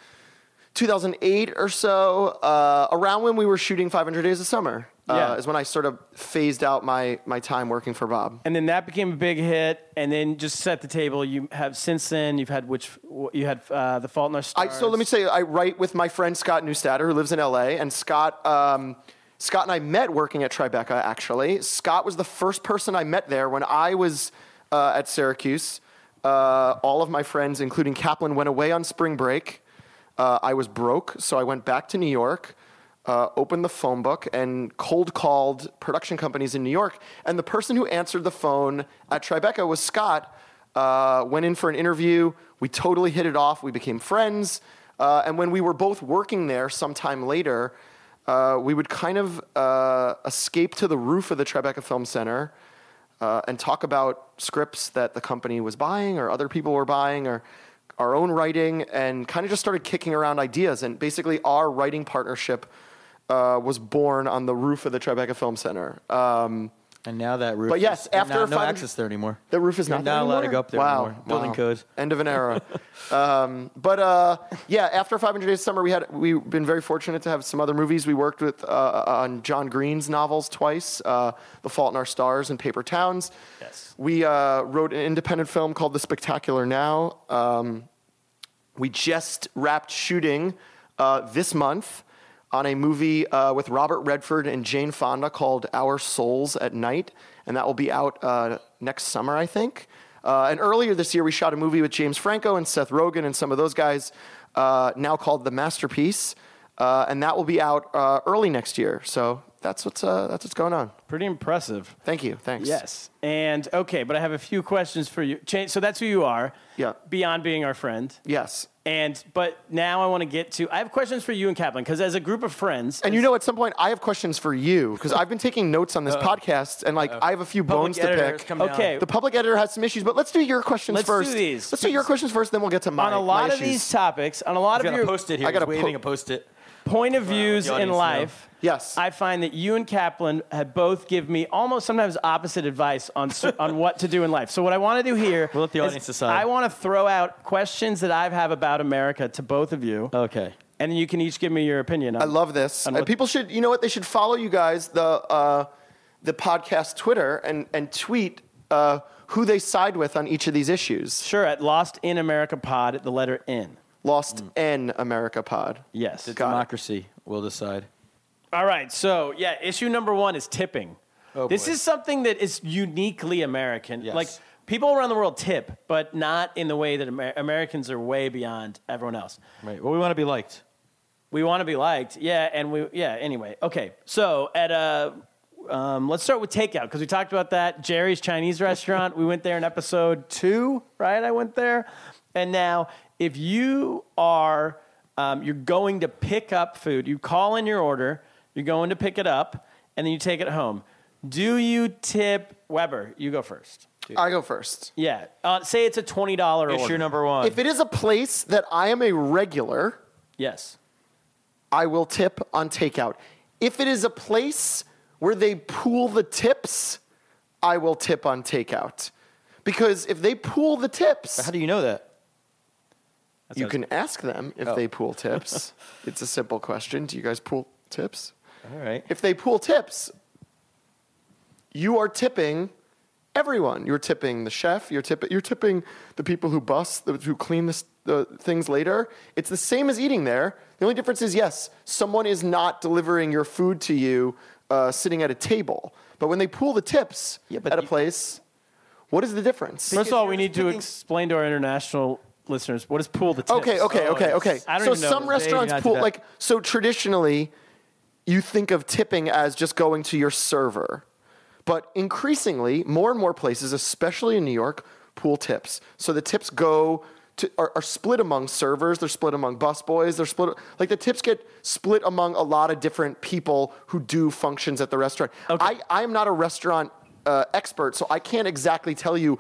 [SPEAKER 5] 2008 or so, uh, around when we were shooting 500 Days of Summer. Uh,
[SPEAKER 2] Yeah.
[SPEAKER 5] is when I sort of phased out my my time working for Bob.
[SPEAKER 2] And then that became a big hit. And then just set the table. You have since then. You've had which you had uh, the Fault in Our
[SPEAKER 5] I,
[SPEAKER 2] Stars.
[SPEAKER 5] so let me say, I write with my friend Scott Newstatter, who lives in LA, and Scott, um, Scott and I met working at Tribeca. Actually, Scott was the first person I met there when I was uh, at Syracuse. Uh, all of my friends, including Kaplan, went away on spring break. Uh, I was broke, so I went back to New York, uh, opened the phone book, and cold called production companies in New York. And the person who answered the phone at Tribeca was Scott. Uh, went in for an interview. We totally hit it off. We became friends. Uh, and when we were both working there sometime later, uh, we would kind of uh, escape to the roof of the Tribeca Film Center uh, and talk about scripts that the company was buying or other people were buying or our own writing and kind of just started kicking around ideas. And basically, our writing partnership uh, was born on the roof of the Tribeca Film Center. Um,
[SPEAKER 3] and now that roof.
[SPEAKER 5] But yes,
[SPEAKER 3] is- and
[SPEAKER 5] after
[SPEAKER 3] now, no
[SPEAKER 5] 500
[SPEAKER 3] access there anymore.
[SPEAKER 5] the roof is
[SPEAKER 3] You're
[SPEAKER 5] not
[SPEAKER 3] not
[SPEAKER 5] there
[SPEAKER 3] allowed to
[SPEAKER 5] anymore?
[SPEAKER 3] go up there
[SPEAKER 5] Wow.
[SPEAKER 3] anymore. Building
[SPEAKER 5] Wow.
[SPEAKER 3] codes.
[SPEAKER 5] End of an era. um, but uh, yeah, after 500 Days of Summer, we had we've been very fortunate to have some other movies. We worked with uh, on John Green's novels twice, uh, The Fault in Our Stars and Paper Towns. Yes. We uh, wrote an independent film called The Spectacular Now. Um, We just wrapped shooting uh, this month on a movie uh, with Robert Redford and Jane Fonda called Our Souls at Night, and that will be out uh, next summer, I think. Uh, and earlier this year, we shot a movie with James Franco and Seth Rogen and some of those guys, uh, now called The Masterpiece, uh, and that will be out uh, early next year. So that's what's uh, that's what's going on.
[SPEAKER 2] Pretty impressive.
[SPEAKER 5] Thank you. Thanks.
[SPEAKER 2] Yes. And okay, but I have a few questions for you. Change. So that's who you are.
[SPEAKER 5] Yeah.
[SPEAKER 2] Beyond being our friend.
[SPEAKER 5] Yes.
[SPEAKER 2] And but now I want to get to. I have questions for you and Kaplan because as a group of friends,
[SPEAKER 5] And you know, at some point, I have questions for you because I've been taking notes on this podcast, and like I have a few bones to
[SPEAKER 3] editors
[SPEAKER 5] pick.
[SPEAKER 3] come down.
[SPEAKER 2] okay,
[SPEAKER 5] The public editor has some issues, but let's do your questions
[SPEAKER 2] Let's do
[SPEAKER 5] first.
[SPEAKER 2] these.
[SPEAKER 5] Let's do your questions first, then we'll get to my
[SPEAKER 2] on a
[SPEAKER 5] my
[SPEAKER 2] lot of
[SPEAKER 5] issues.
[SPEAKER 2] these topics, on a lot
[SPEAKER 3] I
[SPEAKER 2] of
[SPEAKER 3] got
[SPEAKER 2] your
[SPEAKER 3] a post it here.
[SPEAKER 5] I got
[SPEAKER 3] He's
[SPEAKER 5] a
[SPEAKER 3] waving
[SPEAKER 5] po-
[SPEAKER 3] a post it.
[SPEAKER 2] point of views in
[SPEAKER 3] audience know.
[SPEAKER 2] life.
[SPEAKER 5] Yes.
[SPEAKER 2] I find that you and Kaplan have both give me almost sometimes opposite advice on cer- on what to do in life. So what I want to do here,
[SPEAKER 3] We'll let the
[SPEAKER 2] is
[SPEAKER 3] audience decide.
[SPEAKER 2] I want to throw out questions that I have about America to both of you,
[SPEAKER 3] Okay.
[SPEAKER 2] and then you can each give me your opinion. On
[SPEAKER 5] I love this.
[SPEAKER 2] on
[SPEAKER 5] Uh,
[SPEAKER 2] what-
[SPEAKER 5] people should, you know what? They should follow you guys the uh, the podcast Twitter and and tweet uh, who they side with on each of these issues.
[SPEAKER 2] Sure, at Lost in America Pod at the letter N.
[SPEAKER 5] Lost
[SPEAKER 2] Mm.
[SPEAKER 5] N America Pod.
[SPEAKER 2] Yes.
[SPEAKER 3] The
[SPEAKER 5] Got it.
[SPEAKER 3] democracy will decide.
[SPEAKER 2] All right. So yeah, issue number one is tipping.
[SPEAKER 3] Oh,
[SPEAKER 2] this
[SPEAKER 3] boy.
[SPEAKER 2] is something that is uniquely American.
[SPEAKER 3] Yes.
[SPEAKER 2] Like people around the world tip, but not in the way that Amer- Americans are way beyond everyone else.
[SPEAKER 3] Right. Well, we want to be liked.
[SPEAKER 2] We want to be liked, yeah, and we yeah. Anyway, okay. So at uh um, let's start with takeout because we talked about that Jerry's Chinese restaurant. we went there in episode two, right? I went there, and now if you are um, you're going to pick up food, you call in your order, you're going to pick it up, and then you take it home. Do you tip Weber? You go first.
[SPEAKER 5] I go first.
[SPEAKER 2] Yeah. Uh, say it's a twenty dollar order.
[SPEAKER 3] Issue number one.
[SPEAKER 5] If it is a place that I am a regular,
[SPEAKER 2] yes.
[SPEAKER 5] I will tip on takeout. If it is a place where they pool the tips, I will tip on takeout. Because if they pool the tips,
[SPEAKER 3] How do you know that?
[SPEAKER 5] you can ask them
[SPEAKER 3] Oh.
[SPEAKER 5] if they pool tips. it's a simple question. Do you guys pool tips?
[SPEAKER 3] All right.
[SPEAKER 5] If they pool tips, you are tipping everyone. You're tipping the chef. You're tipping. You're tipping the people who bus, the, who clean the, s- the things later. It's the same as eating there. The only difference is yes, someone is not delivering your food to you, uh, sitting at a table. But when they pool the tips
[SPEAKER 3] but
[SPEAKER 5] at a
[SPEAKER 3] you-
[SPEAKER 5] place, what is the difference?
[SPEAKER 2] First of all, we need to
[SPEAKER 3] picking-
[SPEAKER 2] explain to our international listeners what is pool the tips. Oh,
[SPEAKER 5] Okay, okay,
[SPEAKER 3] Oh,
[SPEAKER 5] okay, okay.
[SPEAKER 2] I don't
[SPEAKER 5] so
[SPEAKER 2] even know.
[SPEAKER 5] some
[SPEAKER 2] They
[SPEAKER 5] restaurants
[SPEAKER 3] not do
[SPEAKER 5] pool
[SPEAKER 3] that.
[SPEAKER 5] like so traditionally you think of tipping as just going to your server. But increasingly, more and more places, especially in New York, pool tips. So the tips go to are, are split among servers, they're split among busboys, they're split like the tips get split among a lot of different people who do functions at the restaurant. I I am not a restaurant uh, expert, so I can't exactly tell you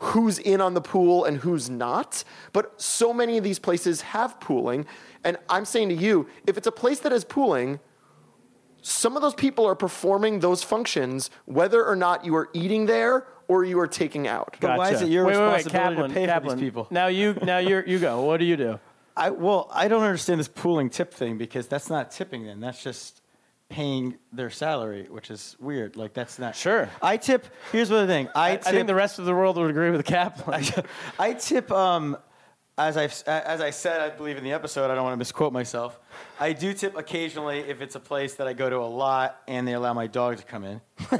[SPEAKER 5] who's in on the pool and who's not. But so many of these places have pooling. And I'm saying to you, if it's a place that has pooling, some of those people are performing those functions whether or not you are eating there or you are taking out.
[SPEAKER 3] But why is it your
[SPEAKER 2] wait, wait, wait,
[SPEAKER 3] responsibility
[SPEAKER 2] Kaplan,
[SPEAKER 3] to pay
[SPEAKER 2] Kaplan.
[SPEAKER 3] for these people?
[SPEAKER 2] Now you, now you, you go. What do you do?
[SPEAKER 3] I, well, I don't understand this pooling tip thing because that's not tipping. Then that's just paying their salary, which is weird. Like that's not
[SPEAKER 2] Sure.
[SPEAKER 3] I tip. Here's the thing. I,
[SPEAKER 2] I,
[SPEAKER 3] tip,
[SPEAKER 2] think the rest of the world would agree with Kaplan.
[SPEAKER 3] I tip. Um, as I as I said, I believe in the episode. I don't want to misquote myself. I do tip occasionally if it's a place that I go to a lot and they allow my dog to come in. I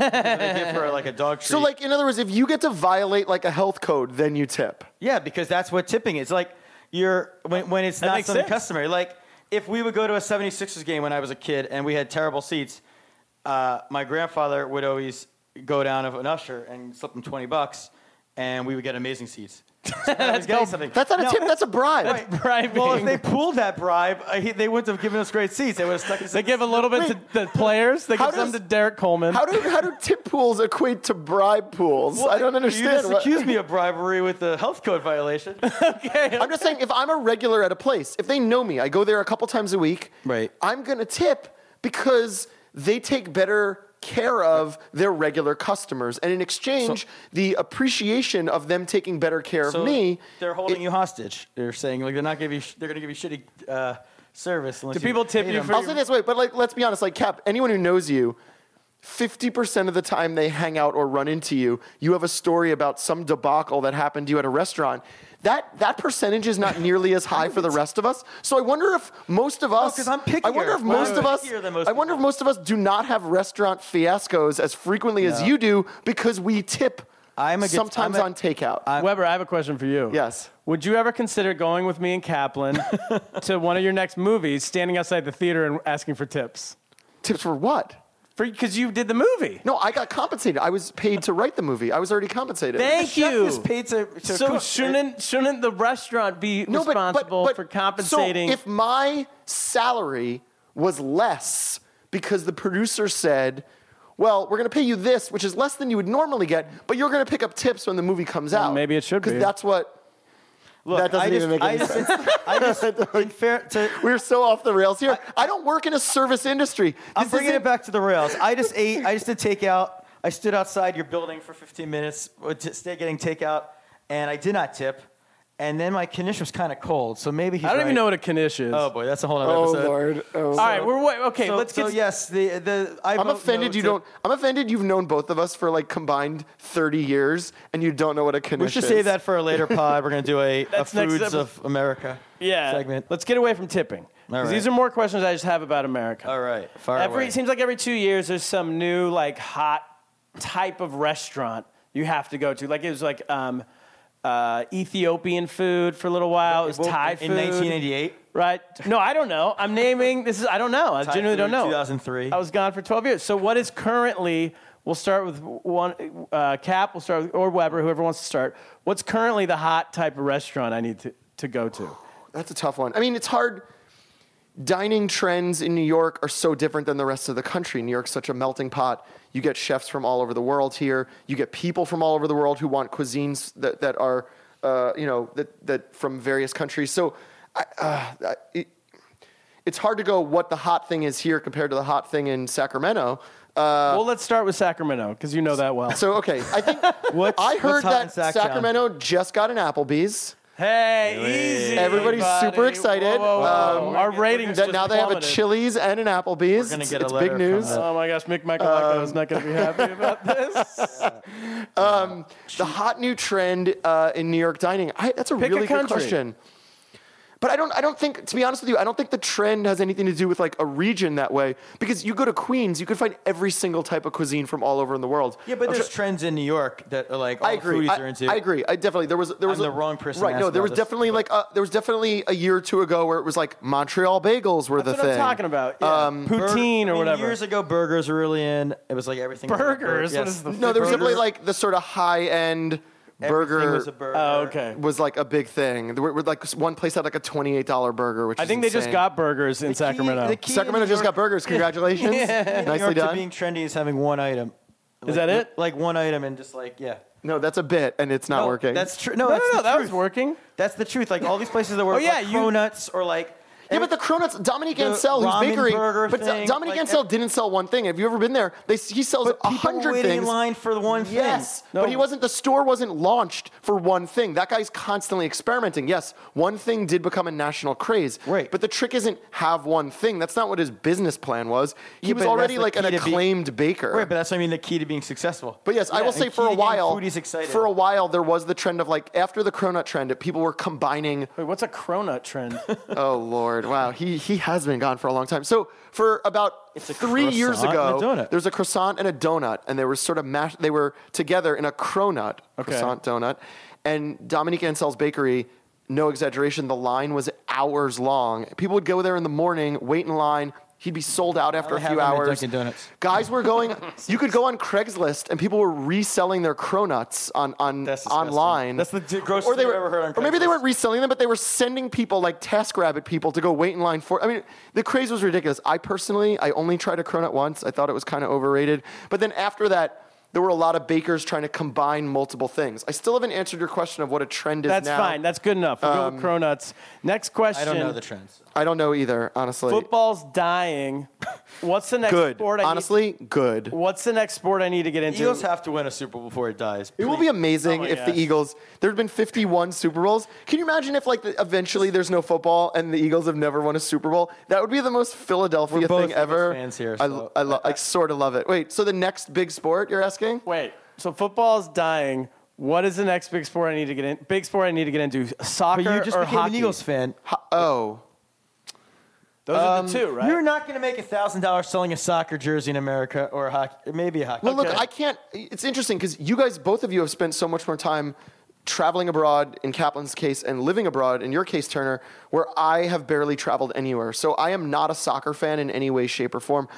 [SPEAKER 3] give her like a dog treat.
[SPEAKER 5] So, like, in other words, if you get to violate like a health code, then you tip.
[SPEAKER 3] Yeah, because that's what tipping is. Like you're when, when it's not
[SPEAKER 2] makes
[SPEAKER 3] something
[SPEAKER 2] sense.
[SPEAKER 3] customary. Like if we would go to a 76ers game when I was a kid and we had terrible seats, uh, my grandfather would always go down of an usher and slip him 20 bucks and we would get amazing seats. So that was getting something.
[SPEAKER 5] That's not a
[SPEAKER 3] No,
[SPEAKER 5] tip, that's a bribe.
[SPEAKER 3] right.
[SPEAKER 2] bribing.
[SPEAKER 3] Well, if they pulled that bribe, uh, he, they wouldn't have given us great seats. They would have stuck us.
[SPEAKER 2] they
[SPEAKER 3] in-
[SPEAKER 2] give a little bit to the players. They
[SPEAKER 5] How
[SPEAKER 2] give some
[SPEAKER 5] does-
[SPEAKER 2] to Derek Coleman.
[SPEAKER 5] How do how do tip pools equate to bribe pools? I don't understand.
[SPEAKER 3] You just
[SPEAKER 5] what-
[SPEAKER 3] accused me of bribery with the health code violation.
[SPEAKER 5] I'm just saying, if I'm a regular at a place, if they know me, I go there a couple times a week.
[SPEAKER 3] Right.
[SPEAKER 5] I'm gonna tip because they take better care of their regular customers, and in exchange, the appreciation of them taking better care
[SPEAKER 3] So
[SPEAKER 5] of me.
[SPEAKER 3] They're holding you hostage. They're saying like they're not giving. You sh- they're gonna give you shitty uh, service. Unless
[SPEAKER 2] Do people tip
[SPEAKER 3] pay
[SPEAKER 2] you
[SPEAKER 3] them. Oh,
[SPEAKER 2] for-
[SPEAKER 5] I'll say this way, but like, let's be honest. Like, Cap, anyone who knows you. 50% of the time they hang out or run into you, you have a story about some debacle that happened to you at a restaurant. That that percentage is not nearly as high for the rest of us. So I wonder if most of us
[SPEAKER 3] 'cause I'm
[SPEAKER 5] I wonder
[SPEAKER 3] pickier.
[SPEAKER 5] if most
[SPEAKER 3] I'm
[SPEAKER 5] of us
[SPEAKER 3] pickier than most
[SPEAKER 5] I wonder if
[SPEAKER 3] people.
[SPEAKER 5] most of us do not have restaurant fiascos as frequently as you do because we tip
[SPEAKER 3] I'm against-
[SPEAKER 5] sometimes
[SPEAKER 3] I'm a-
[SPEAKER 5] on takeout.
[SPEAKER 2] Weber, I have a question for you.
[SPEAKER 5] Yes.
[SPEAKER 2] Would you ever consider going with me and Kaplan to one of your next movies, standing outside the theater and asking for tips?
[SPEAKER 5] Tips for what?
[SPEAKER 2] Because you did the movie.
[SPEAKER 5] No, I got compensated. I was paid to write the movie. I was already compensated.
[SPEAKER 2] Thank
[SPEAKER 3] Chef
[SPEAKER 2] you.
[SPEAKER 3] is paid to- to
[SPEAKER 2] so
[SPEAKER 3] cook.
[SPEAKER 2] shouldn't shouldn't the restaurant be responsible for compensating?
[SPEAKER 5] So if my salary was less because the producer said, "Well, we're going to pay you this, which is less than you would normally get, but you're going to pick up tips when the movie comes out."
[SPEAKER 2] maybe it should be.
[SPEAKER 5] because that's what.
[SPEAKER 3] Look,
[SPEAKER 5] that doesn't
[SPEAKER 3] I just,
[SPEAKER 5] even make
[SPEAKER 3] I
[SPEAKER 5] any
[SPEAKER 3] just,
[SPEAKER 5] sense.
[SPEAKER 3] I just, in fair, to,
[SPEAKER 5] We're so off the rails here. I, don't work in a service industry.
[SPEAKER 3] I'm
[SPEAKER 5] This
[SPEAKER 3] bringing
[SPEAKER 5] isn't-
[SPEAKER 3] it back to the rails. I just ate. I just did takeout. I stood outside your building for 15 minutes, uh, to stay getting takeout, and I did not tip. And then my condition was kind of cold, so maybe he's
[SPEAKER 2] I don't even
[SPEAKER 3] right.
[SPEAKER 2] know what a knish is.
[SPEAKER 3] Oh boy, that's a whole other
[SPEAKER 5] Oh
[SPEAKER 3] episode.
[SPEAKER 5] Lord. Oh.
[SPEAKER 2] All right, we're wait, okay.
[SPEAKER 3] So,
[SPEAKER 2] let's
[SPEAKER 3] so
[SPEAKER 2] get
[SPEAKER 3] yes, the the I
[SPEAKER 5] I'm offended you don't. I'm offended you've known both of us for like combined 30 years and you don't know what a connection
[SPEAKER 3] We should save that for a later pod. We're gonna do a, a
[SPEAKER 2] That's next
[SPEAKER 3] foods
[SPEAKER 2] epi-
[SPEAKER 3] of America
[SPEAKER 2] yeah.
[SPEAKER 3] segment.
[SPEAKER 2] Let's get away from tipping. 'Cause
[SPEAKER 3] right.
[SPEAKER 2] These are more questions I just have about America.
[SPEAKER 3] All right, fire
[SPEAKER 2] every
[SPEAKER 3] away.
[SPEAKER 2] it seems like every two years there's some new like hot type of restaurant you have to go to. Like it was like um, uh, Ethiopian food for a little while. It was
[SPEAKER 3] Well,
[SPEAKER 2] Thai food
[SPEAKER 3] in 1988.
[SPEAKER 2] Right? No, I don't know. I'm naming. This is I don't know. I
[SPEAKER 3] Thai
[SPEAKER 2] genuinely don't
[SPEAKER 3] food,
[SPEAKER 2] know.
[SPEAKER 3] 2003.
[SPEAKER 2] I was gone for 12 years. So what is currently? We'll start with one. Uh, Cap. We'll start with or Weber, whoever wants to start. What's currently the hot type of restaurant I need to, to go
[SPEAKER 5] Uh,
[SPEAKER 2] to?
[SPEAKER 5] That's a tough one. I mean, it's hard. Dining trends in New York are so different than the rest of the country. New York's such a melting pot. You get chefs from all over the world here. You get people from all over the world who want cuisines that, that are, uh, you know, that, that from various countries. So I, uh, I, it, it's hard to go what the hot thing is here compared to the hot thing in Sacramento.
[SPEAKER 2] well, let's start with Sacramento because you know that well.
[SPEAKER 5] So, okay, I think
[SPEAKER 3] What's-
[SPEAKER 5] I
[SPEAKER 3] what's hot in
[SPEAKER 5] heard that
[SPEAKER 3] Sac, John?
[SPEAKER 5] Sacramento just got an Applebee's.
[SPEAKER 2] Hey, easy.
[SPEAKER 5] Everybody's super
[SPEAKER 2] buddy.
[SPEAKER 5] excited.
[SPEAKER 2] Whoa, whoa, whoa.
[SPEAKER 5] Um,
[SPEAKER 2] Our ratings
[SPEAKER 5] that
[SPEAKER 2] just
[SPEAKER 5] now they have a
[SPEAKER 2] plummeted.
[SPEAKER 5] Chili's and an Applebee's.
[SPEAKER 3] gonna
[SPEAKER 5] It's-
[SPEAKER 3] get a
[SPEAKER 5] it's
[SPEAKER 3] letter
[SPEAKER 5] big
[SPEAKER 3] from
[SPEAKER 5] news.
[SPEAKER 3] that.
[SPEAKER 2] Oh my gosh, Mick
[SPEAKER 5] Um,
[SPEAKER 2] Michelacco is not going to be happy about this.
[SPEAKER 5] The hot new trend uh, in New York dining. I, that's a
[SPEAKER 2] Pick a
[SPEAKER 5] really good
[SPEAKER 2] country.
[SPEAKER 5] question. But I don't. I don't think. To be honest with you, I don't think the trend has anything to do with like a region that way. Because you go to Queens, you can find every single type of cuisine from all over in the world.
[SPEAKER 3] Yeah, but
[SPEAKER 5] I'm
[SPEAKER 3] there's
[SPEAKER 5] sure-
[SPEAKER 3] trends in New York that are like all
[SPEAKER 5] I agree.
[SPEAKER 3] foodies
[SPEAKER 5] I,
[SPEAKER 3] are into.
[SPEAKER 5] I agree. I definitely there was there was
[SPEAKER 3] I'm
[SPEAKER 5] a-
[SPEAKER 3] the wrong person
[SPEAKER 5] Right?
[SPEAKER 3] to
[SPEAKER 5] No,
[SPEAKER 3] ask
[SPEAKER 5] there was
[SPEAKER 3] about this,
[SPEAKER 5] definitely like a, there was definitely a year or two ago where it was like Montreal bagels were
[SPEAKER 2] That's
[SPEAKER 5] the
[SPEAKER 2] what
[SPEAKER 5] thing. Um,
[SPEAKER 2] I'm talking about. Yeah.
[SPEAKER 3] Burger-
[SPEAKER 2] Poutine
[SPEAKER 3] I
[SPEAKER 2] or
[SPEAKER 3] mean,
[SPEAKER 2] whatever.
[SPEAKER 3] Years ago, burgers were really in. It was like everything. was a burger.
[SPEAKER 2] Burgers? What
[SPEAKER 3] Yes.
[SPEAKER 2] is the
[SPEAKER 5] No, there was
[SPEAKER 2] Burger.
[SPEAKER 5] definitely like the sort of high end burger
[SPEAKER 3] Everything was a burger.
[SPEAKER 2] Oh, okay.
[SPEAKER 5] was like a big thing. There were, were, like one place had like a twenty eight dollar burger, which
[SPEAKER 2] I think they just got burgers in Sacramento.
[SPEAKER 3] the key-
[SPEAKER 5] Sacramento just got burgers. Congratulations,
[SPEAKER 3] New
[SPEAKER 5] nicely
[SPEAKER 3] York to
[SPEAKER 5] done.
[SPEAKER 3] being trendy is having one item.
[SPEAKER 2] Is that it?
[SPEAKER 3] Like one item and just like yeah.
[SPEAKER 5] no, that's a bit, and it's not
[SPEAKER 3] No,
[SPEAKER 5] working.
[SPEAKER 3] That's true. No,
[SPEAKER 2] no,
[SPEAKER 3] that's
[SPEAKER 2] no, no,
[SPEAKER 3] the
[SPEAKER 2] that
[SPEAKER 3] truth.
[SPEAKER 2] was working. Oh,
[SPEAKER 3] That's the truth. Like all these places that were
[SPEAKER 2] yeah,
[SPEAKER 3] like
[SPEAKER 2] you-
[SPEAKER 3] Cronuts or like
[SPEAKER 5] yeah, but the Cronuts, Dominic
[SPEAKER 3] The
[SPEAKER 5] Ansel, who's
[SPEAKER 3] ramen
[SPEAKER 5] bakery,
[SPEAKER 3] burger
[SPEAKER 5] but
[SPEAKER 3] thing,
[SPEAKER 5] Dominic
[SPEAKER 3] like,
[SPEAKER 5] Ansel
[SPEAKER 3] ev-
[SPEAKER 5] didn't sell one thing. Have you ever been there? They, he sells a
[SPEAKER 3] people were
[SPEAKER 5] hundred
[SPEAKER 3] waiting
[SPEAKER 5] things.
[SPEAKER 3] in line for the one thing.
[SPEAKER 5] Yes, but he wasn't. The store wasn't launched for one thing. That guy's constantly experimenting. Yes, one thing did become a national craze.
[SPEAKER 3] Right.
[SPEAKER 5] But the trick isn't have one thing. That's not what his business plan was. He
[SPEAKER 3] Yeah,
[SPEAKER 5] was
[SPEAKER 3] but
[SPEAKER 5] already
[SPEAKER 3] that's the
[SPEAKER 5] like an
[SPEAKER 3] key to be-
[SPEAKER 5] acclaimed baker.
[SPEAKER 3] Right, but that's what I mean. The key to being successful.
[SPEAKER 5] But yes, I
[SPEAKER 3] Yeah,
[SPEAKER 5] will
[SPEAKER 3] the
[SPEAKER 5] say
[SPEAKER 3] key
[SPEAKER 5] for
[SPEAKER 3] to
[SPEAKER 5] a
[SPEAKER 3] getting
[SPEAKER 5] while,
[SPEAKER 3] foodies excited.
[SPEAKER 5] for a while there was the trend of like after the cronut trend, people were combining.
[SPEAKER 2] Wait, what's a cronut trend?
[SPEAKER 5] oh Lord, wow, he he has been gone for a long time. So for about
[SPEAKER 3] a
[SPEAKER 5] three years
[SPEAKER 3] croissant
[SPEAKER 5] ago,
[SPEAKER 3] and a donut.
[SPEAKER 5] there was a croissant and a donut, and they were sort of mashed. They were together in a cronut
[SPEAKER 2] Okay.
[SPEAKER 5] croissant donut, and Dominique Ansel's bakery. No exaggeration, the line was hours long. People would go there in the morning, wait in line. He'd be sold out after a
[SPEAKER 3] they
[SPEAKER 5] few
[SPEAKER 3] have them at
[SPEAKER 5] hours.
[SPEAKER 3] Dunkin' Donuts.
[SPEAKER 5] Guys were going. you could go on Craigslist, and people were reselling their cronuts on on
[SPEAKER 3] That's disgusting.
[SPEAKER 5] online.
[SPEAKER 3] That's the d- grossest
[SPEAKER 5] they
[SPEAKER 3] thing I've
[SPEAKER 5] were-
[SPEAKER 3] ever heard on
[SPEAKER 5] Or maybe they
[SPEAKER 3] Craigslist.
[SPEAKER 5] weren't reselling them, but they were sending people like TaskRabbit people to go wait in line for. I mean, the craze was ridiculous. I personally, I only tried a cronut once. I thought it was kind of overrated. But then after that, there were a lot of bakers trying to combine multiple things. I still haven't answered your question of what a trend is
[SPEAKER 2] That's
[SPEAKER 5] now. Um,
[SPEAKER 2] fine. That's good enough. We'll go with cronuts. Next
[SPEAKER 3] I
[SPEAKER 2] question.
[SPEAKER 3] don't know the trends.
[SPEAKER 5] I don't know either, honestly.
[SPEAKER 2] Football's dying. What's the next
[SPEAKER 5] good.
[SPEAKER 2] sport? I need-
[SPEAKER 5] Honestly, good.
[SPEAKER 2] what's the next sport I need to get into?
[SPEAKER 3] Eagles have to win a Super Bowl before it dies.
[SPEAKER 5] It will be amazing
[SPEAKER 2] Oh my
[SPEAKER 5] if
[SPEAKER 2] gosh.
[SPEAKER 5] the Eagles. There have been 51 Super Bowls. Can you imagine if, like, the, eventually there's no football and the Eagles have never won a Super Bowl? That would be the most Philadelphia
[SPEAKER 3] both
[SPEAKER 5] thing
[SPEAKER 3] Eagles
[SPEAKER 5] ever.
[SPEAKER 3] fans here,
[SPEAKER 5] I,
[SPEAKER 3] so-
[SPEAKER 5] I, lo- I sort of love it. Wait, so the next big sport you're asking?
[SPEAKER 2] Wait. So football's dying. What is the next big sport I need to get in? Big sport I need to get into soccer
[SPEAKER 3] But you just
[SPEAKER 2] or
[SPEAKER 3] became
[SPEAKER 2] hockey?
[SPEAKER 3] an Eagles fan.
[SPEAKER 5] Oh,
[SPEAKER 2] Those are the two, right?
[SPEAKER 3] Um, You're not going to make thousand dollars selling a soccer jersey in America or a hockey, maybe a hockey.
[SPEAKER 5] well,
[SPEAKER 3] Okay.
[SPEAKER 5] look, I can't. It's interesting because you guys, both of you, have spent so much more time traveling abroad in Kaplan's case and living abroad in your case, Turner, where I have barely traveled anywhere. So I am not a soccer fan in any way, shape, or form.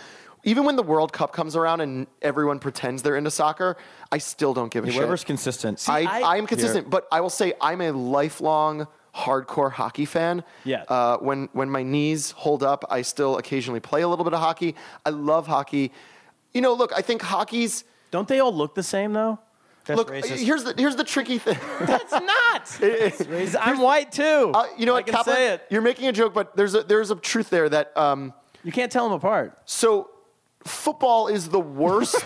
[SPEAKER 5] Even when the World Cup comes around and everyone pretends they're into soccer, I still don't give a shit.
[SPEAKER 3] Whoever's consistent.
[SPEAKER 5] I,
[SPEAKER 2] I-
[SPEAKER 5] I am consistent, but I will say I'm a lifelong hardcore hockey fan.
[SPEAKER 2] Yeah.
[SPEAKER 5] Uh, when when my knees hold up, I still occasionally play a little bit of hockey. I love hockey. You know, look, I think hockey's
[SPEAKER 2] Don't they all look the same though?
[SPEAKER 3] That's
[SPEAKER 5] look.
[SPEAKER 3] racist.
[SPEAKER 5] Here's the here's the tricky thing.
[SPEAKER 2] That's not. I'm white too.
[SPEAKER 5] Uh, you know
[SPEAKER 2] I
[SPEAKER 5] what,
[SPEAKER 2] can
[SPEAKER 5] Kaplan?
[SPEAKER 2] say it.
[SPEAKER 5] You're making a joke, but there's a there's a truth there that um,
[SPEAKER 2] You can't tell them apart.
[SPEAKER 5] so football is the worst.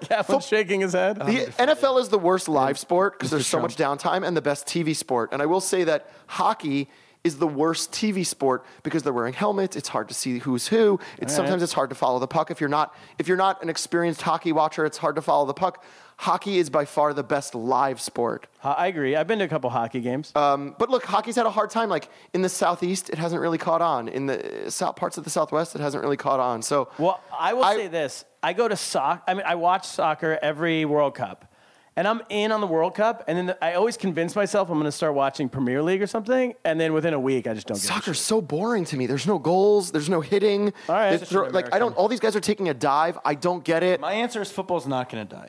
[SPEAKER 2] Kaplan's shaking his head.
[SPEAKER 5] The NFL is the worst live sport because there's so much downtime and the best TV sport. And I will say that hockey is the worst TV sport because they're wearing helmets. It's hard to see who's who. It's sometimes it's hard to follow the puck if you're not if you're not an experienced hockey watcher. It's hard to follow the puck. Hockey is by far the best live sport.
[SPEAKER 2] Ho- I agree. I've been to a couple hockey games.
[SPEAKER 5] But look, hockey's had a hard time. Like in the southeast, it hasn't really caught on. In the uh, south parts of the southwest, it hasn't really caught on. So
[SPEAKER 2] Well, I will
[SPEAKER 5] I-
[SPEAKER 2] say this: I go to soc. I mean, I watch soccer every World Cup, and I'm in on the World Cup, and then the, I always convince myself I'm going to start watching Premier League or something, and then within a week, I just don't. Get
[SPEAKER 5] Soccer's so boring to me. There's no goals. There's no hitting.
[SPEAKER 2] All right.
[SPEAKER 5] They
[SPEAKER 2] Just
[SPEAKER 5] throw-
[SPEAKER 2] an
[SPEAKER 5] like I don't. All these guys are taking a dive. I don't get it.
[SPEAKER 3] My answer is football's not going to die.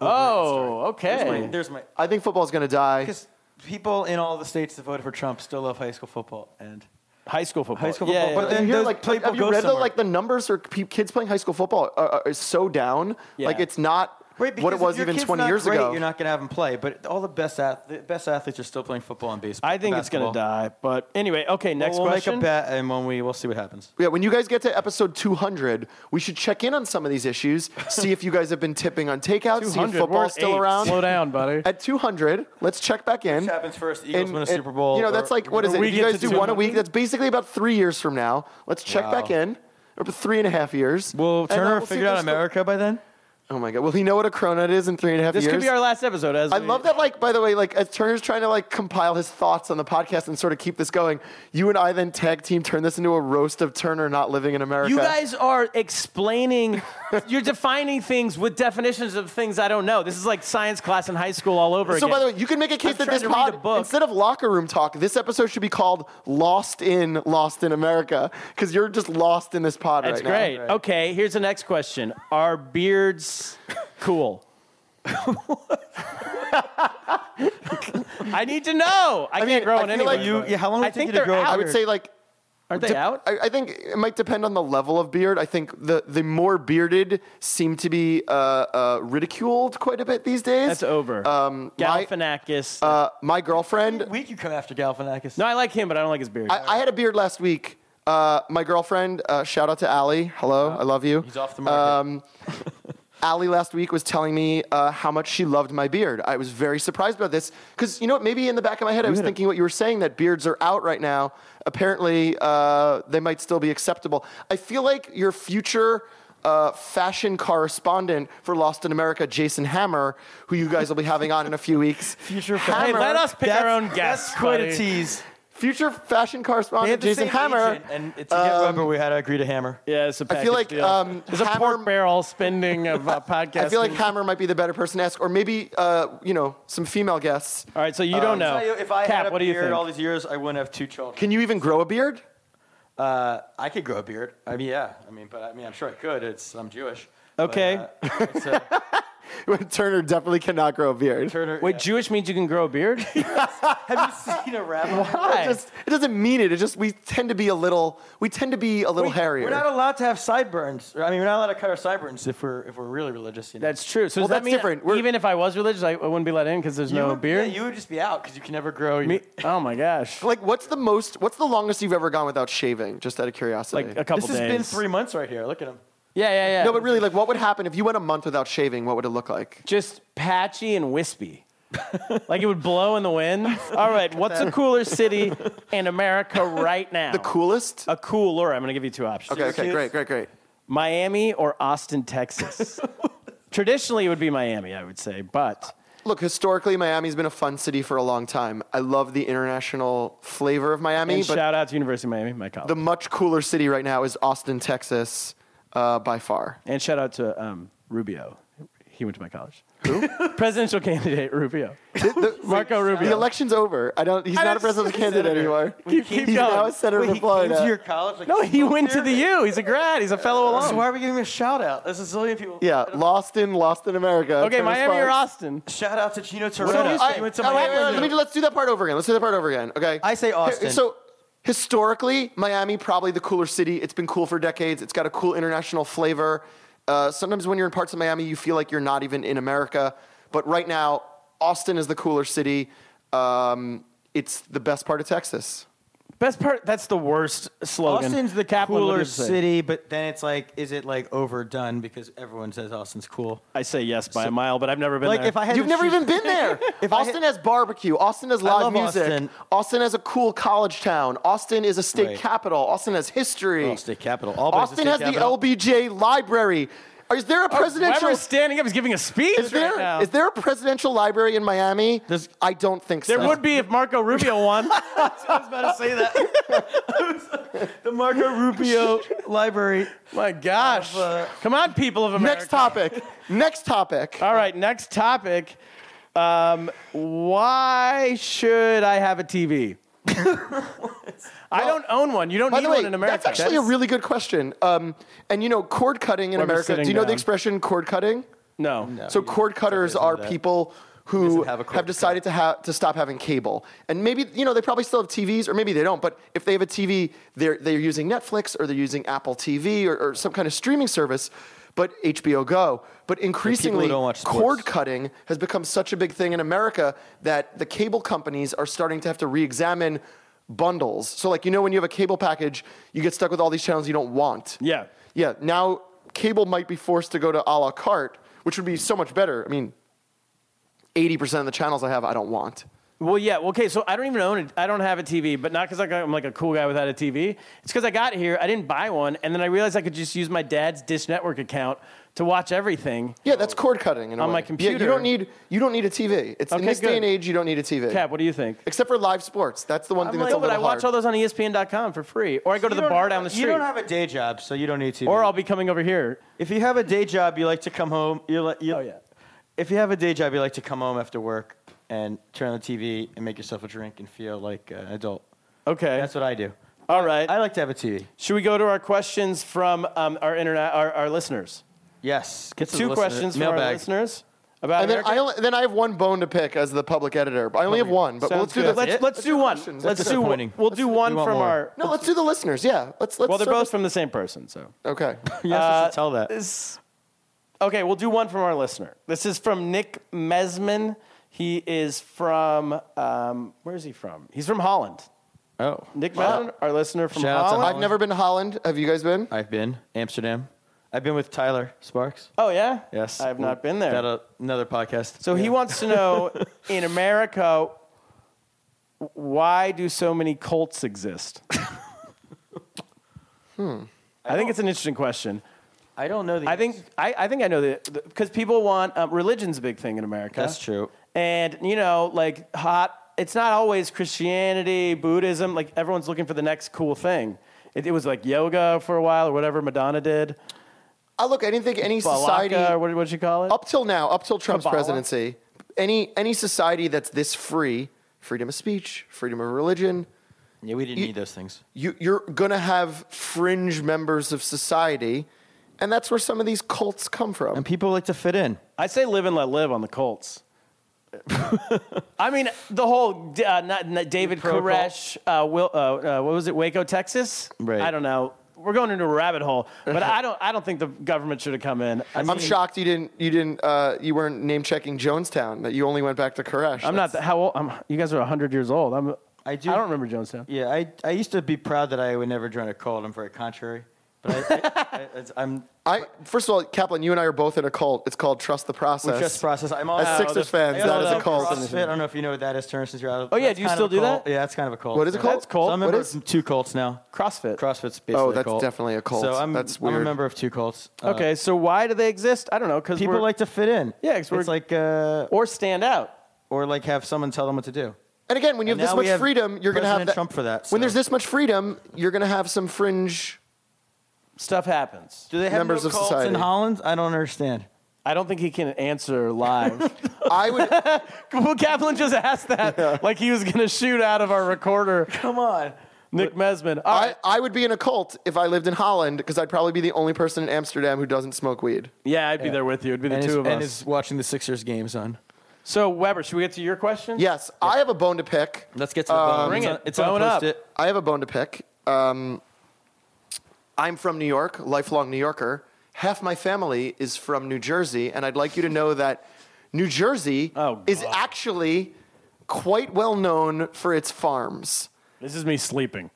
[SPEAKER 2] oh, okay.
[SPEAKER 3] There's my, there's my
[SPEAKER 5] I think football's going to die.
[SPEAKER 3] because people in all the states that voted for Trump still love high school football and
[SPEAKER 2] high school football.
[SPEAKER 3] high school
[SPEAKER 2] Yeah, yeah,
[SPEAKER 3] football. But
[SPEAKER 2] yeah.
[SPEAKER 3] then
[SPEAKER 5] you hear
[SPEAKER 3] uh, those
[SPEAKER 5] like,
[SPEAKER 3] people
[SPEAKER 5] have you
[SPEAKER 3] go
[SPEAKER 5] read the,
[SPEAKER 3] somewhere.
[SPEAKER 5] like the numbers or pe- kids playing high school football are, are, is so down.
[SPEAKER 2] Yeah.
[SPEAKER 5] Like it's not
[SPEAKER 3] Right,
[SPEAKER 5] what
[SPEAKER 3] because
[SPEAKER 5] it
[SPEAKER 3] if
[SPEAKER 5] was
[SPEAKER 3] your
[SPEAKER 5] even
[SPEAKER 3] kid's
[SPEAKER 5] 20
[SPEAKER 3] not
[SPEAKER 5] years
[SPEAKER 3] great,
[SPEAKER 5] ago.
[SPEAKER 3] You're not going to have them play, but all the best ath- the best athletes are still playing football and baseball.
[SPEAKER 2] I think it's going to
[SPEAKER 3] basketball.
[SPEAKER 2] die. But anyway, okay. Next
[SPEAKER 3] we'll
[SPEAKER 2] question.
[SPEAKER 3] make a bet, and when we we'll see what happens.
[SPEAKER 5] yeah, when you guys get to episode 200, we should check in on some of these issues, see if you guys have been tipping on takeout, see if
[SPEAKER 2] 200, we're
[SPEAKER 5] football's
[SPEAKER 2] at
[SPEAKER 5] still
[SPEAKER 2] eight.
[SPEAKER 5] around.
[SPEAKER 2] Slow down, buddy.
[SPEAKER 5] At 200, let's check back in.
[SPEAKER 3] Which happens first? Eagles win a Super Bowl,
[SPEAKER 5] You know,
[SPEAKER 3] or-
[SPEAKER 5] that's like, what is
[SPEAKER 2] or
[SPEAKER 5] it?
[SPEAKER 2] we
[SPEAKER 5] If you
[SPEAKER 2] get
[SPEAKER 5] guys
[SPEAKER 2] to
[SPEAKER 5] do one a
[SPEAKER 2] 200?
[SPEAKER 5] week, that's basically about three years from now. Let's check back
[SPEAKER 3] Wow.
[SPEAKER 5] in. Or three and a half years.
[SPEAKER 3] Will
[SPEAKER 5] And, uh,
[SPEAKER 3] Turner
[SPEAKER 5] we'll see
[SPEAKER 3] figure
[SPEAKER 5] if
[SPEAKER 3] out
[SPEAKER 5] they're still-
[SPEAKER 3] America by then?
[SPEAKER 5] Oh my God. Will he know what a cronut is in three and a half
[SPEAKER 2] this
[SPEAKER 5] years?
[SPEAKER 2] could be our last episode. As
[SPEAKER 5] I
[SPEAKER 2] we-
[SPEAKER 5] love that, like, by the way, like, as Turner's trying to, like, compile his thoughts on the podcast and sort of keep this going, you and I then tag team turn this into a roast of Turner not living in America.
[SPEAKER 2] You guys are explaining, you're defining things with definitions of things I don't know. This is like science class in high school all over
[SPEAKER 5] So,
[SPEAKER 2] again.
[SPEAKER 5] by the way, you can make a case
[SPEAKER 2] I'm
[SPEAKER 5] that
[SPEAKER 2] trying
[SPEAKER 5] this
[SPEAKER 2] to read a
[SPEAKER 5] pod,
[SPEAKER 2] book.
[SPEAKER 5] instead of locker room talk, this episode should be called Lost in Lost in America because you're just lost in this pod
[SPEAKER 2] That's
[SPEAKER 5] right now.
[SPEAKER 2] great. Okay, here's the next question. Are beards cool? I need to know. I,
[SPEAKER 5] mean,
[SPEAKER 2] can't grow
[SPEAKER 5] I
[SPEAKER 2] one
[SPEAKER 5] feel like
[SPEAKER 2] anyway.
[SPEAKER 5] you-
[SPEAKER 3] yeah, how long
[SPEAKER 2] I
[SPEAKER 3] would it take
[SPEAKER 2] think
[SPEAKER 3] you to
[SPEAKER 2] they're
[SPEAKER 3] grow a
[SPEAKER 2] out.
[SPEAKER 5] I would say, like,
[SPEAKER 2] Aren't they out?
[SPEAKER 5] I, I think it might depend on the level of beard. I think the, the more bearded seem to be uh, uh, ridiculed quite a bit these days.
[SPEAKER 2] That's over. Um,
[SPEAKER 5] my-
[SPEAKER 2] Galifianakis.
[SPEAKER 5] uh, my girlfriend.
[SPEAKER 3] Week you come after Galifianakis.
[SPEAKER 2] no, I like him, but I don't like his beard.
[SPEAKER 5] I, I had a beard last week. Uh, my girlfriend, uh, shout out to Allie. Hello, I love you.
[SPEAKER 3] He's off the market.
[SPEAKER 5] Allie last week was telling me uh, how much she loved my beard. I was very surprised about this because you know what? Maybe in the back of my head, I was thinking what you were saying that beards are out right now. Apparently, uh, they might still be acceptable. I feel like your future. Uh, fashion correspondent for Lost in America, Jason Hammer, who you guys will be having on in a few weeks. Future
[SPEAKER 2] hey,
[SPEAKER 5] Hammer,
[SPEAKER 2] let us pick our own guests.
[SPEAKER 3] That's quite a
[SPEAKER 2] buddy.
[SPEAKER 3] tease.
[SPEAKER 5] future fashion
[SPEAKER 3] They
[SPEAKER 5] correspondent
[SPEAKER 3] had the
[SPEAKER 5] Jason
[SPEAKER 3] same
[SPEAKER 5] Hammer,
[SPEAKER 3] agent, and it's again,
[SPEAKER 2] Um,
[SPEAKER 3] remember we had to agree to hammer.
[SPEAKER 2] Yeah, it's a
[SPEAKER 5] I
[SPEAKER 2] package
[SPEAKER 5] feel like,
[SPEAKER 2] deal.
[SPEAKER 5] um,
[SPEAKER 2] There's a
[SPEAKER 5] Hammer-
[SPEAKER 2] pork barrel spending of uh, podcast.
[SPEAKER 5] I feel like Hammer might be the better person to ask, or maybe uh, you know some female guests.
[SPEAKER 2] All right, so you
[SPEAKER 5] Um,
[SPEAKER 2] don't know.
[SPEAKER 3] Tell you, if I
[SPEAKER 2] Cap,
[SPEAKER 3] had a
[SPEAKER 2] what do you
[SPEAKER 3] beard
[SPEAKER 2] think?
[SPEAKER 3] all these years, I wouldn't have two children.
[SPEAKER 5] Can you even grow a beard?
[SPEAKER 3] Uh, I could grow a beard. I mean, yeah. I mean, but I mean, I'm sure I could. It's I'm Jewish. But,
[SPEAKER 2] Okay.
[SPEAKER 3] uh, it's, uh,
[SPEAKER 5] Turner definitely cannot grow a beard.
[SPEAKER 3] Turner,
[SPEAKER 2] Wait, Jewish means you can grow a beard?
[SPEAKER 3] yeah. have you seen a rabbi?
[SPEAKER 5] It just it doesn't mean it. It just we tend to be a little we tend to be a little hairier.
[SPEAKER 3] We're not allowed to have sideburns. I mean, we're not allowed to cut our sideburns if we're if we're really religious. You know?
[SPEAKER 2] That's true. So
[SPEAKER 5] Well,
[SPEAKER 2] does that
[SPEAKER 5] that's
[SPEAKER 2] mean
[SPEAKER 5] different. We're-
[SPEAKER 2] even if I was religious, I I wouldn't be let in because there's
[SPEAKER 3] you
[SPEAKER 2] no
[SPEAKER 3] would,
[SPEAKER 2] beard?
[SPEAKER 3] Yeah, you would just be out because you can never grow. Your,
[SPEAKER 2] Me- oh my gosh.
[SPEAKER 5] like what's the most what's the longest you've ever gone without shaving? Just out of curiosity.
[SPEAKER 2] Like a couple
[SPEAKER 3] this has
[SPEAKER 2] days.
[SPEAKER 3] been three months right here. Look at him.
[SPEAKER 2] Yeah, yeah, yeah.
[SPEAKER 5] no, but really, like what would happen if you went a month without shaving? What would it look like?
[SPEAKER 2] Just patchy and wispy. like it would blow in the wind. All right, what's a cooler city in America right now?
[SPEAKER 5] The coolest.
[SPEAKER 2] A cooler. I'm going to give you two options.
[SPEAKER 5] Okay, okay,
[SPEAKER 3] Syracuse?
[SPEAKER 5] great, great, great.
[SPEAKER 2] Miami or Austin, Texas? Traditionally, it would be Miami, I would say, but
[SPEAKER 5] look, historically, Miami's been a fun city for a long time. I love the international flavor of Miami,
[SPEAKER 2] And
[SPEAKER 5] but
[SPEAKER 2] shout out to University of Miami, my college.
[SPEAKER 5] the much cooler city right now is Austin, Texas, uh, by far.
[SPEAKER 2] and shout out to um, Rubio. He went to my college. Who? Presidential candidate Rubio.
[SPEAKER 5] The-
[SPEAKER 2] Marco Rubio.
[SPEAKER 5] The election's over. I don't. He's not a presidential candidate anymore.
[SPEAKER 2] Keep- keep
[SPEAKER 5] he's
[SPEAKER 2] going.
[SPEAKER 5] now a senator
[SPEAKER 3] Wait,
[SPEAKER 5] from
[SPEAKER 3] he came
[SPEAKER 5] Florida.
[SPEAKER 3] to your college? Like,
[SPEAKER 2] No, he
[SPEAKER 3] spoke
[SPEAKER 2] went to
[SPEAKER 3] there?
[SPEAKER 2] the U. He's a grad. He's a
[SPEAKER 5] Uh,
[SPEAKER 2] fellow alum.
[SPEAKER 3] So why are we giving him a shout out? There's a zillion people.
[SPEAKER 5] yeah, lost in lost in America.
[SPEAKER 2] okay,
[SPEAKER 5] Travis
[SPEAKER 2] Miami or
[SPEAKER 5] Sparks.
[SPEAKER 2] Austin?
[SPEAKER 3] Shout out to Chino
[SPEAKER 2] do
[SPEAKER 3] Toretta.
[SPEAKER 2] you
[SPEAKER 3] I,
[SPEAKER 2] say?
[SPEAKER 3] went to
[SPEAKER 5] Oh, wait, wait, wait,
[SPEAKER 3] Miami.
[SPEAKER 5] let me do- let's do that part over again. Let's do that part over again. Okay.
[SPEAKER 3] I say
[SPEAKER 5] Here-
[SPEAKER 3] Austin.
[SPEAKER 5] So historically, Miami probably the cooler city. It's been cool for decades. It's got a cool international flavor. Uh, sometimes when you're in parts of Miami, you feel like you're not even in America. But right now, Austin is the cooler city. Um, it's the best part of Texas.
[SPEAKER 2] Best part. That's the worst slogan.
[SPEAKER 3] Austin's the
[SPEAKER 2] Kaplan would
[SPEAKER 3] cooler
[SPEAKER 2] have said.
[SPEAKER 3] city, but then it's like, is it like overdone because everyone says Austin's cool?
[SPEAKER 2] I say yes by a mile, but I've never been
[SPEAKER 3] Like
[SPEAKER 2] there.
[SPEAKER 3] if I had
[SPEAKER 5] You've
[SPEAKER 3] to
[SPEAKER 5] never
[SPEAKER 3] choose-
[SPEAKER 5] even been there.
[SPEAKER 3] If I
[SPEAKER 5] Austin
[SPEAKER 3] had-
[SPEAKER 5] has barbecue. Austin has live
[SPEAKER 3] love
[SPEAKER 5] music.
[SPEAKER 3] Austin.
[SPEAKER 5] Austin. has a cool college town. Austin is a state
[SPEAKER 3] Right.
[SPEAKER 5] capital. Austin has history.
[SPEAKER 3] Oh, state capital. Albany's the
[SPEAKER 5] Austin
[SPEAKER 3] state
[SPEAKER 5] has
[SPEAKER 3] capital.
[SPEAKER 5] the LBJ library. Is there a
[SPEAKER 2] Oh,
[SPEAKER 5] presidential?
[SPEAKER 2] Weber's standing up, he's giving a speech
[SPEAKER 5] is there is
[SPEAKER 2] right now.
[SPEAKER 5] there a presidential library in Miami?
[SPEAKER 3] There's-
[SPEAKER 5] I don't think
[SPEAKER 2] there
[SPEAKER 5] so.
[SPEAKER 2] would be if Marco Rubio won.
[SPEAKER 3] I was about to say that. the Marco Rubio Library.
[SPEAKER 2] My gosh! uh, Come on, people of America.
[SPEAKER 5] Next topic. Next topic.
[SPEAKER 2] All right, next topic. Um, why should I have a TV? I don't own one. You don't
[SPEAKER 5] By
[SPEAKER 2] need
[SPEAKER 5] the way,
[SPEAKER 2] one in America.
[SPEAKER 5] that's actually a really good question. Um, and you know, cord cutting in
[SPEAKER 2] Weber's
[SPEAKER 5] America. Do
[SPEAKER 2] sitting
[SPEAKER 5] you know the
[SPEAKER 2] down.
[SPEAKER 5] expression cord cutting?
[SPEAKER 2] no.
[SPEAKER 5] So cord cutters
[SPEAKER 3] doesn't
[SPEAKER 5] are
[SPEAKER 3] do that.
[SPEAKER 5] people who
[SPEAKER 3] doesn't have a
[SPEAKER 5] have,
[SPEAKER 3] cord
[SPEAKER 5] decided to have to stop having cable, and maybe you know they probably still have TVs, or maybe they don't. But if they have a TV, they're they're using Netflix or they're using Apple TV or, or some kind of streaming service, but HBO Go. But increasingly,
[SPEAKER 3] don't watch sports.
[SPEAKER 5] cord cutting has become such a big thing in America that the cable companies are starting to have to re-examine bundles. So like you know when you have a cable package, you get stuck with all these channels you don't want.
[SPEAKER 2] Yeah.
[SPEAKER 5] Yeah, now cable might be forced to go to a la carte, which would be so much better. I mean, 80% of the channels I have, I don't want.
[SPEAKER 2] Well, yeah. well, Okay, so I don't even own it. I don't have a TV, but not because I'm like a cool guy without a TV. It's because I got here, I didn't buy one, and then I realized I could just use my dad's Dish Network account to watch everything.
[SPEAKER 5] Yeah, that's cord cutting. In a
[SPEAKER 2] Oh. On
[SPEAKER 5] way.
[SPEAKER 2] my
[SPEAKER 5] Yeah,
[SPEAKER 2] computer.
[SPEAKER 5] you don't need you don't need a TV. It's
[SPEAKER 2] Okay,
[SPEAKER 5] in this
[SPEAKER 2] good.
[SPEAKER 5] day and age, you don't need a TV.
[SPEAKER 2] Cap, what do you think?
[SPEAKER 5] Except for live sports, that's the one
[SPEAKER 2] I'm
[SPEAKER 5] thing
[SPEAKER 2] like,
[SPEAKER 5] that's a
[SPEAKER 2] no, but I
[SPEAKER 5] little
[SPEAKER 2] watch
[SPEAKER 5] hard.
[SPEAKER 2] all those on E ESPN.com for free, or I go to the
[SPEAKER 3] You don't
[SPEAKER 2] bar
[SPEAKER 3] have-
[SPEAKER 2] down the street,
[SPEAKER 3] You don't have a day job, so you don't need TV.
[SPEAKER 2] or I'll be coming over here.
[SPEAKER 3] If you have a day job, you like to come home. You like, you,
[SPEAKER 2] Oh, yeah.
[SPEAKER 3] If you have a day job, you like to come home after work and turn on the TV and make yourself a drink and feel like an adult.
[SPEAKER 2] Okay,
[SPEAKER 3] That's what I do.
[SPEAKER 2] all right.
[SPEAKER 3] I like to have a TV.
[SPEAKER 2] Should we go to our questions from um, our internet, our, our listeners?
[SPEAKER 3] Yes. Get to the
[SPEAKER 2] Two
[SPEAKER 3] listener-
[SPEAKER 2] questions from our
[SPEAKER 3] mailbag.
[SPEAKER 2] listeners about
[SPEAKER 5] and then
[SPEAKER 2] America?
[SPEAKER 5] I only, then I have one bone to pick as the public editor. But I only have one. But
[SPEAKER 2] Sounds
[SPEAKER 5] let's do
[SPEAKER 2] good.
[SPEAKER 5] this.
[SPEAKER 2] Let's, let's, do one.
[SPEAKER 5] questions.
[SPEAKER 2] Let's
[SPEAKER 3] That's
[SPEAKER 2] do one.
[SPEAKER 3] disappointing.
[SPEAKER 2] We'll do one
[SPEAKER 3] We want
[SPEAKER 2] from
[SPEAKER 3] more.
[SPEAKER 2] our.
[SPEAKER 5] no, let's do the listeners. Yeah, let's let's.
[SPEAKER 2] Well, they're
[SPEAKER 5] start
[SPEAKER 2] both from the same person, so.
[SPEAKER 5] with- okay.
[SPEAKER 3] Yes, I should tell that.
[SPEAKER 2] This, okay, we'll do one from our listener. This is from Nick Mesman. He is from, um, where is he from? He's from Holland.
[SPEAKER 3] oh.
[SPEAKER 2] Nick Mesman, our listener from
[SPEAKER 3] Shout out to
[SPEAKER 2] Holland.
[SPEAKER 5] I've never been to Holland. Have you guys been?
[SPEAKER 3] I've been Amsterdam. I've been with Tyler Sparks.
[SPEAKER 2] Oh, yeah?
[SPEAKER 3] Yes.
[SPEAKER 2] I have not been there.
[SPEAKER 3] That uh, another podcast.
[SPEAKER 2] So he wants to know in America, why do so many cults exist? hmm. I, think it's an interesting question.
[SPEAKER 3] I don't know the
[SPEAKER 2] I think I, I think I know that because people want um, religion's a big thing in America.
[SPEAKER 3] That's true.
[SPEAKER 2] And you know, like hot. It's not always Christianity, Buddhism. Like everyone's looking for the next cool thing. It, it was like yoga for a while or whatever Madonna did.
[SPEAKER 5] I look. I didn't think any society
[SPEAKER 2] Balaka, or what would you call it?
[SPEAKER 5] up till now, up till Trump's
[SPEAKER 2] Kabbalah?
[SPEAKER 5] presidency, any any society that's this free, freedom of speech, freedom of religion,
[SPEAKER 3] Yeah, we didn't
[SPEAKER 5] You-
[SPEAKER 3] need those things.
[SPEAKER 5] you, you're gonna have fringe members of society, and that's where some of these cults come from.
[SPEAKER 3] And people like to fit in.
[SPEAKER 2] I say live and let live on the Colts. I mean, the whole uh, not, not David
[SPEAKER 3] Pro-Colt?
[SPEAKER 2] Koresh, uh, Will, uh, uh, what was it, Waco, Texas?
[SPEAKER 3] Right.
[SPEAKER 2] I don't know. We're going into a rabbit hole, but I don't. I don't think the government should have come in. I
[SPEAKER 5] I'm shocked you didn't you didn't uh, you weren't name checking Jonestown that you only went back to Koresh.
[SPEAKER 2] am not that, how old. I'm, you guys are 100 years old. I'm.
[SPEAKER 3] I do-
[SPEAKER 2] I don't remember Jonestown.
[SPEAKER 3] Yeah, I, I used to be proud that I would never join a cult. I'm very contrary. But I, I, I, it's- I'm
[SPEAKER 5] I first of all, Kaplan, you and I are both in a cult. It's called Trust the Process.
[SPEAKER 3] With Just process. I'm also
[SPEAKER 5] As Sixers fans,
[SPEAKER 3] I
[SPEAKER 5] that is a
[SPEAKER 3] also
[SPEAKER 5] cult.
[SPEAKER 3] CrossFit. I don't know if you know what that is, Turner, since you're out. Of,
[SPEAKER 2] Oh, yeah,
[SPEAKER 3] that's
[SPEAKER 2] do you
[SPEAKER 3] kind of
[SPEAKER 2] still
[SPEAKER 3] a
[SPEAKER 2] do
[SPEAKER 3] cult.
[SPEAKER 2] that?
[SPEAKER 3] Yeah, that's kind of a cult.
[SPEAKER 5] What is it
[SPEAKER 3] So-
[SPEAKER 5] called? That's
[SPEAKER 2] cult.
[SPEAKER 3] So I'm a member
[SPEAKER 5] What is-
[SPEAKER 3] of two cults now.
[SPEAKER 2] CrossFit.
[SPEAKER 3] CrossFit's basically
[SPEAKER 5] Oh, that's
[SPEAKER 3] a cult.
[SPEAKER 5] definitely a cult.
[SPEAKER 3] So I'm,
[SPEAKER 5] That's
[SPEAKER 3] I'm
[SPEAKER 5] weird.
[SPEAKER 3] a member of two cults. Uh,
[SPEAKER 2] okay, so why do they exist? I don't know because
[SPEAKER 3] People like to fit in.
[SPEAKER 2] Yeah, 'cause
[SPEAKER 3] it's
[SPEAKER 2] we're-
[SPEAKER 3] like uh,
[SPEAKER 2] or stand out.
[SPEAKER 3] or like have someone tell them what to do.
[SPEAKER 5] And again, when you have
[SPEAKER 3] And
[SPEAKER 5] this
[SPEAKER 3] now we
[SPEAKER 5] much
[SPEAKER 3] have
[SPEAKER 5] freedom, you're going to have
[SPEAKER 3] President
[SPEAKER 5] that.
[SPEAKER 3] Trump for that,
[SPEAKER 5] When there's
[SPEAKER 3] so.
[SPEAKER 5] this much freedom, you're going to have some fringe.
[SPEAKER 2] Stuff happens.
[SPEAKER 3] Do they have
[SPEAKER 5] Members
[SPEAKER 3] no
[SPEAKER 5] of
[SPEAKER 3] cults
[SPEAKER 5] society.
[SPEAKER 3] in Holland? I don't understand.
[SPEAKER 2] I don't think he can answer live.
[SPEAKER 5] I would.
[SPEAKER 2] well, Kaplan just asked that like he was gonna shoot out of our recorder. Come on, Nick Mesman. All
[SPEAKER 5] I,
[SPEAKER 2] right.
[SPEAKER 5] I would be in a cult if I lived in Holland because I'd probably be the only person in Amsterdam who doesn't smoke weed.
[SPEAKER 2] yeah, I'd be there with you. It'd be the
[SPEAKER 3] and is,
[SPEAKER 2] two of
[SPEAKER 3] and
[SPEAKER 2] us.
[SPEAKER 3] is watching the Sixers games on.
[SPEAKER 2] So Weber, should we get to your question?
[SPEAKER 5] Yes, I have a bone to pick.
[SPEAKER 3] Let's get to the
[SPEAKER 5] Um,
[SPEAKER 3] bone.
[SPEAKER 2] Bring
[SPEAKER 3] it's
[SPEAKER 2] it.
[SPEAKER 3] On, it's on
[SPEAKER 2] Bone
[SPEAKER 3] a
[SPEAKER 2] up.
[SPEAKER 3] post-it.
[SPEAKER 5] I have a bone to pick. Um, I'm from New York, lifelong New Yorker. Half my family is from New Jersey, and I'd like you to know that New Jersey
[SPEAKER 2] Oh,
[SPEAKER 5] is
[SPEAKER 2] God.
[SPEAKER 5] actually quite well known for its farms.
[SPEAKER 2] This is me sleeping.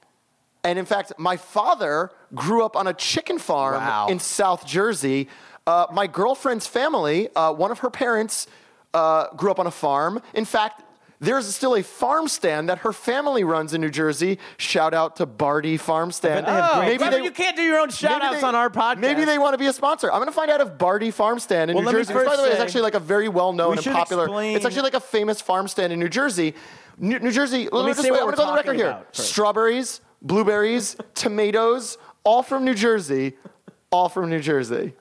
[SPEAKER 5] And in fact, my father grew up on a chicken farm in South Jersey. Uh, my girlfriend's family, uh, one of her parents, uh, grew up on a farm. In fact, there's still a farm stand that her family runs in New Jersey. Shout out to Barty Farm Stand.
[SPEAKER 2] Oh, Weber, you can't do your own shout
[SPEAKER 5] maybe
[SPEAKER 2] outs
[SPEAKER 5] they-
[SPEAKER 2] on our podcast.
[SPEAKER 5] Maybe they want to be a sponsor. I'm going to find out if Barty Farm Stand in
[SPEAKER 2] Well,
[SPEAKER 5] New
[SPEAKER 2] let me
[SPEAKER 5] Jersey, which, by
[SPEAKER 2] first
[SPEAKER 5] the way, is
[SPEAKER 2] say-
[SPEAKER 5] actually like a very well known
[SPEAKER 3] We
[SPEAKER 5] and
[SPEAKER 3] should
[SPEAKER 5] popular.
[SPEAKER 3] explain-
[SPEAKER 5] It's actually like a famous farm stand in New Jersey. New, New Jersey. Let
[SPEAKER 2] me
[SPEAKER 5] just
[SPEAKER 2] say
[SPEAKER 5] wait,
[SPEAKER 2] what
[SPEAKER 5] I'm
[SPEAKER 2] we're
[SPEAKER 5] gonna go on the
[SPEAKER 2] talking
[SPEAKER 5] record here.
[SPEAKER 2] about first.
[SPEAKER 5] Strawberries, blueberries, tomatoes, all from New Jersey. All from New Jersey.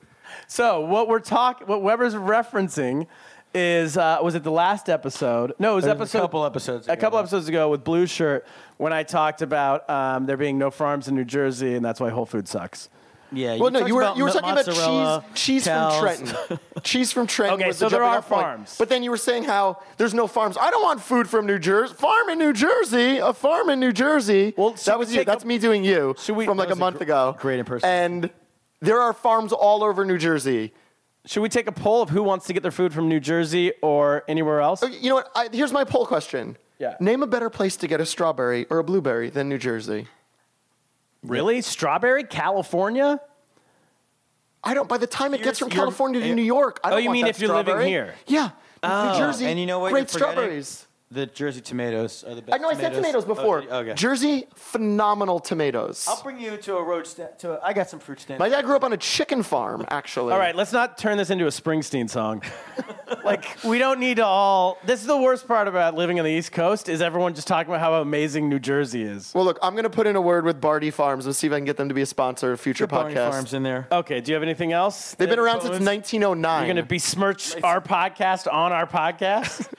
[SPEAKER 2] So what we're talking, what Weber's referencing is, uh, was it the last episode? No, it was,
[SPEAKER 3] There's a
[SPEAKER 2] episode
[SPEAKER 3] couple episodes
[SPEAKER 2] a
[SPEAKER 3] ago.
[SPEAKER 2] couple episodes ago with Blue Shirt when I talked about um, there being no farms in New Jersey and that's why Whole Food sucks.
[SPEAKER 3] Yeah.
[SPEAKER 5] Well, no,
[SPEAKER 3] talked
[SPEAKER 5] you were
[SPEAKER 3] about
[SPEAKER 5] you were
[SPEAKER 3] mo-
[SPEAKER 5] talking
[SPEAKER 3] mozzarella,
[SPEAKER 5] about cheese, cheese
[SPEAKER 3] cows.
[SPEAKER 5] from Trenton, cheese from Trenton.
[SPEAKER 2] Okay,
[SPEAKER 5] was
[SPEAKER 2] so
[SPEAKER 5] the
[SPEAKER 2] there
[SPEAKER 5] jumping
[SPEAKER 2] are
[SPEAKER 5] off point.
[SPEAKER 2] farms.
[SPEAKER 5] But then you were saying how there's no farms. I don't want food from New Jersey. Farm in New Jersey, a farm in New Jersey.
[SPEAKER 2] Well, should
[SPEAKER 5] that was
[SPEAKER 2] we
[SPEAKER 5] you.
[SPEAKER 2] take
[SPEAKER 5] That's
[SPEAKER 2] a-
[SPEAKER 5] me doing you
[SPEAKER 2] we-
[SPEAKER 5] from like
[SPEAKER 2] that
[SPEAKER 5] a
[SPEAKER 2] was a
[SPEAKER 5] month
[SPEAKER 2] gr-
[SPEAKER 5] ago.
[SPEAKER 3] great impersonation.
[SPEAKER 5] And there are farms all over New Jersey.
[SPEAKER 2] Should we take a poll of who wants to get their food from New Jersey or anywhere else?
[SPEAKER 3] Oh,
[SPEAKER 5] You know what? I, here's my poll question.
[SPEAKER 2] Yeah.
[SPEAKER 5] Name a better place to get a strawberry or a blueberry than New Jersey.
[SPEAKER 2] Really? Strawberry, California?
[SPEAKER 5] I don't. By the time it
[SPEAKER 3] Here's
[SPEAKER 5] gets from
[SPEAKER 3] your-
[SPEAKER 5] California to New York, I
[SPEAKER 2] eh,
[SPEAKER 5] don't.
[SPEAKER 2] oh, you
[SPEAKER 5] want
[SPEAKER 2] mean
[SPEAKER 5] that
[SPEAKER 2] if you're living
[SPEAKER 5] strawberry.
[SPEAKER 2] here? Oh,
[SPEAKER 5] Yeah. New Jersey.
[SPEAKER 3] And you know what?
[SPEAKER 5] Great
[SPEAKER 3] You're forgetting
[SPEAKER 5] strawberries.
[SPEAKER 3] The Jersey tomatoes are the best.
[SPEAKER 5] I know I said tomatoes before.
[SPEAKER 3] Okay. okay.
[SPEAKER 5] Jersey, phenomenal tomatoes.
[SPEAKER 3] I'll bring you to a road stand. To a, I got some fruit stand.
[SPEAKER 5] My dad grew up on a chicken farm, actually.
[SPEAKER 2] All right, let's not turn this into a Springsteen song. like we don't need to all. This is the worst part about living on the East Coast is everyone just talking about how amazing New Jersey is.
[SPEAKER 5] Well, look, I'm going to put in a word with Barty Farms and see if I can get them to be a sponsor of future
[SPEAKER 3] Barney
[SPEAKER 5] podcasts.
[SPEAKER 3] Farms in there.
[SPEAKER 2] Okay, do you have anything else?
[SPEAKER 5] They've been around since
[SPEAKER 2] You're
[SPEAKER 5] 1909.
[SPEAKER 2] going to besmirch our podcast on our podcast?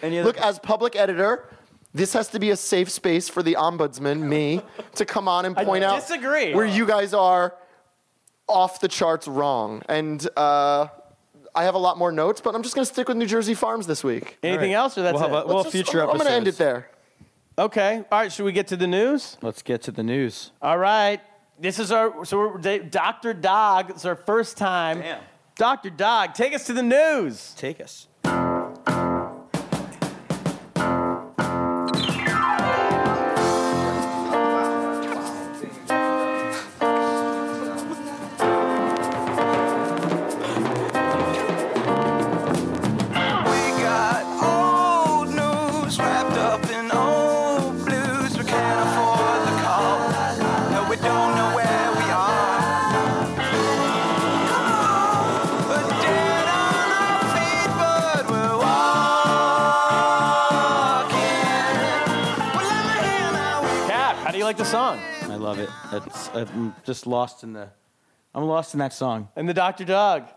[SPEAKER 3] Any other
[SPEAKER 5] Look, as public editor, this has to be a safe space for the ombudsman, me, to come on and point out
[SPEAKER 2] disagree.
[SPEAKER 5] where you guys are off the charts wrong. And uh, I have a lot more notes, but I'm just going to stick with New Jersey Farms this week.
[SPEAKER 2] anything else, or that's
[SPEAKER 3] We'll have
[SPEAKER 2] it?
[SPEAKER 3] a- we'll
[SPEAKER 5] Let's just-
[SPEAKER 3] future
[SPEAKER 5] I'm going to end it
[SPEAKER 3] episodes.
[SPEAKER 5] there.
[SPEAKER 2] okay, all right. Should we get to the news?
[SPEAKER 3] Let's get to the news.
[SPEAKER 5] Uh,
[SPEAKER 2] All right. This is our so we're da- Dr. Dog. It's our first time.
[SPEAKER 3] Damn.
[SPEAKER 2] Dr. Dog, take us to the news.
[SPEAKER 3] Take us.
[SPEAKER 6] We got old news wrapped up in old blues. We can't afford the call. No, we don't know where we are. We're dead on our feet, but we're walking. We're lying our way.
[SPEAKER 2] Cap, how do you like the song?
[SPEAKER 3] I love it. It's, I'm just lost in the. I'm lost in that song.
[SPEAKER 2] And the Dr. Dog.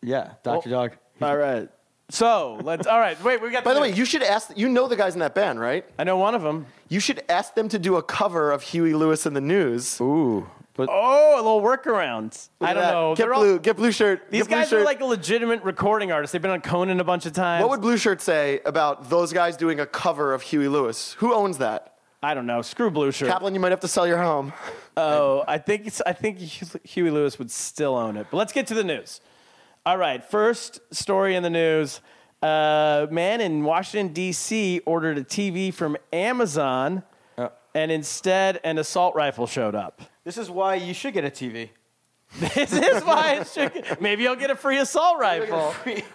[SPEAKER 3] Yeah, Doctor
[SPEAKER 2] Well-
[SPEAKER 3] Dog.
[SPEAKER 2] All right. So let's. All right. Wait, we got.
[SPEAKER 5] By the way, you should ask, you know the guys in that band, right?
[SPEAKER 2] I know one of them.
[SPEAKER 5] You should ask them to do a cover of Huey Lewis in the News.
[SPEAKER 3] Ooh, but
[SPEAKER 2] Oh, a little workaround. I don't
[SPEAKER 5] Look at that.
[SPEAKER 2] know.
[SPEAKER 5] Get
[SPEAKER 2] They're all-
[SPEAKER 5] blue, get blue shirt.
[SPEAKER 2] these
[SPEAKER 5] get blue
[SPEAKER 2] guys
[SPEAKER 5] shirt.
[SPEAKER 2] are like legitimate recording artists. They've been on Conan a bunch of times.
[SPEAKER 5] What would Blue Shirt say about those guys doing a cover of Huey Lewis? Who owns that?
[SPEAKER 2] I don't know. Screw Blue Shirt.
[SPEAKER 5] Kaplan, you might have to sell your home.
[SPEAKER 2] Oh, I think it's, I think Huey Lewis would still own it. But let's get to the news. All right, first story in the news. A man in Washington D.C. ordered a TV from
[SPEAKER 5] Uh.
[SPEAKER 2] Amazon, and instead an assault rifle showed up.
[SPEAKER 3] this is why you should get a TV.
[SPEAKER 2] This is why it's tricky. Maybe I'll get a free assault rifle.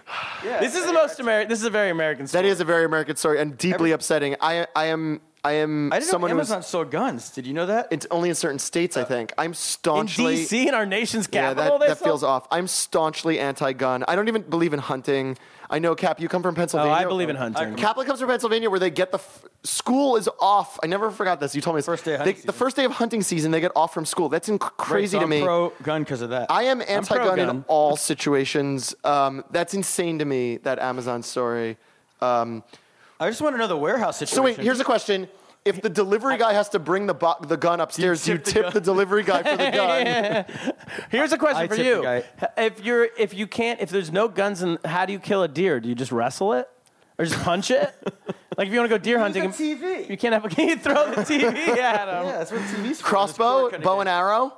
[SPEAKER 2] this is the most American. This is a very American story.
[SPEAKER 5] That is a very American story and deeply upsetting. I, I am, I am
[SPEAKER 3] I didn't
[SPEAKER 5] someone
[SPEAKER 3] know
[SPEAKER 5] who's.
[SPEAKER 3] Amazon Uh, sold guns. Did you know that?
[SPEAKER 5] It's only in certain states, I think. I'm
[SPEAKER 2] in
[SPEAKER 5] staunchly.
[SPEAKER 2] D.C. in our nation's
[SPEAKER 5] yeah,
[SPEAKER 2] capital.
[SPEAKER 5] that,
[SPEAKER 2] they
[SPEAKER 5] that
[SPEAKER 2] sell-
[SPEAKER 5] feels off. I'm staunchly anti-gun. I don't even believe in hunting. I know, Cap, you come from Pennsylvania.
[SPEAKER 3] Oh,
[SPEAKER 2] believe in hunting.
[SPEAKER 5] Kaplan comes from Pennsylvania, where they get the f- school is off. I never forgot this. You told me this.
[SPEAKER 3] First day of
[SPEAKER 5] They-
[SPEAKER 3] hunting
[SPEAKER 5] The
[SPEAKER 3] season.
[SPEAKER 5] first day of hunting season, they get off from school. That's inc- crazy
[SPEAKER 3] Right, so
[SPEAKER 5] to
[SPEAKER 3] I'm
[SPEAKER 5] me.
[SPEAKER 3] Pro gun because of that.
[SPEAKER 5] I am anti-gun in
[SPEAKER 2] pro-gun.
[SPEAKER 5] all situations. Um, that's insane to me. That Amazon story. Um,
[SPEAKER 3] I just want to know the warehouse situation.
[SPEAKER 5] so wait, here's a question. If the delivery guy has to bring the, bo- the gun upstairs, do you
[SPEAKER 3] tip the
[SPEAKER 5] tip
[SPEAKER 3] gun?
[SPEAKER 5] the delivery guy for the gun?
[SPEAKER 2] Here's a question
[SPEAKER 3] I
[SPEAKER 2] for
[SPEAKER 3] tip
[SPEAKER 2] you:
[SPEAKER 3] the guy.
[SPEAKER 2] If you're, if you can't, if there's no guns, and how do you kill a deer? Do you just wrestle it, or just punch it? like if you want to go deer hunting,
[SPEAKER 3] the TV.
[SPEAKER 2] you can't have. Can you throw the TV at him?
[SPEAKER 3] yeah, that's what TV's for.
[SPEAKER 5] Crossbow, bow and arrow.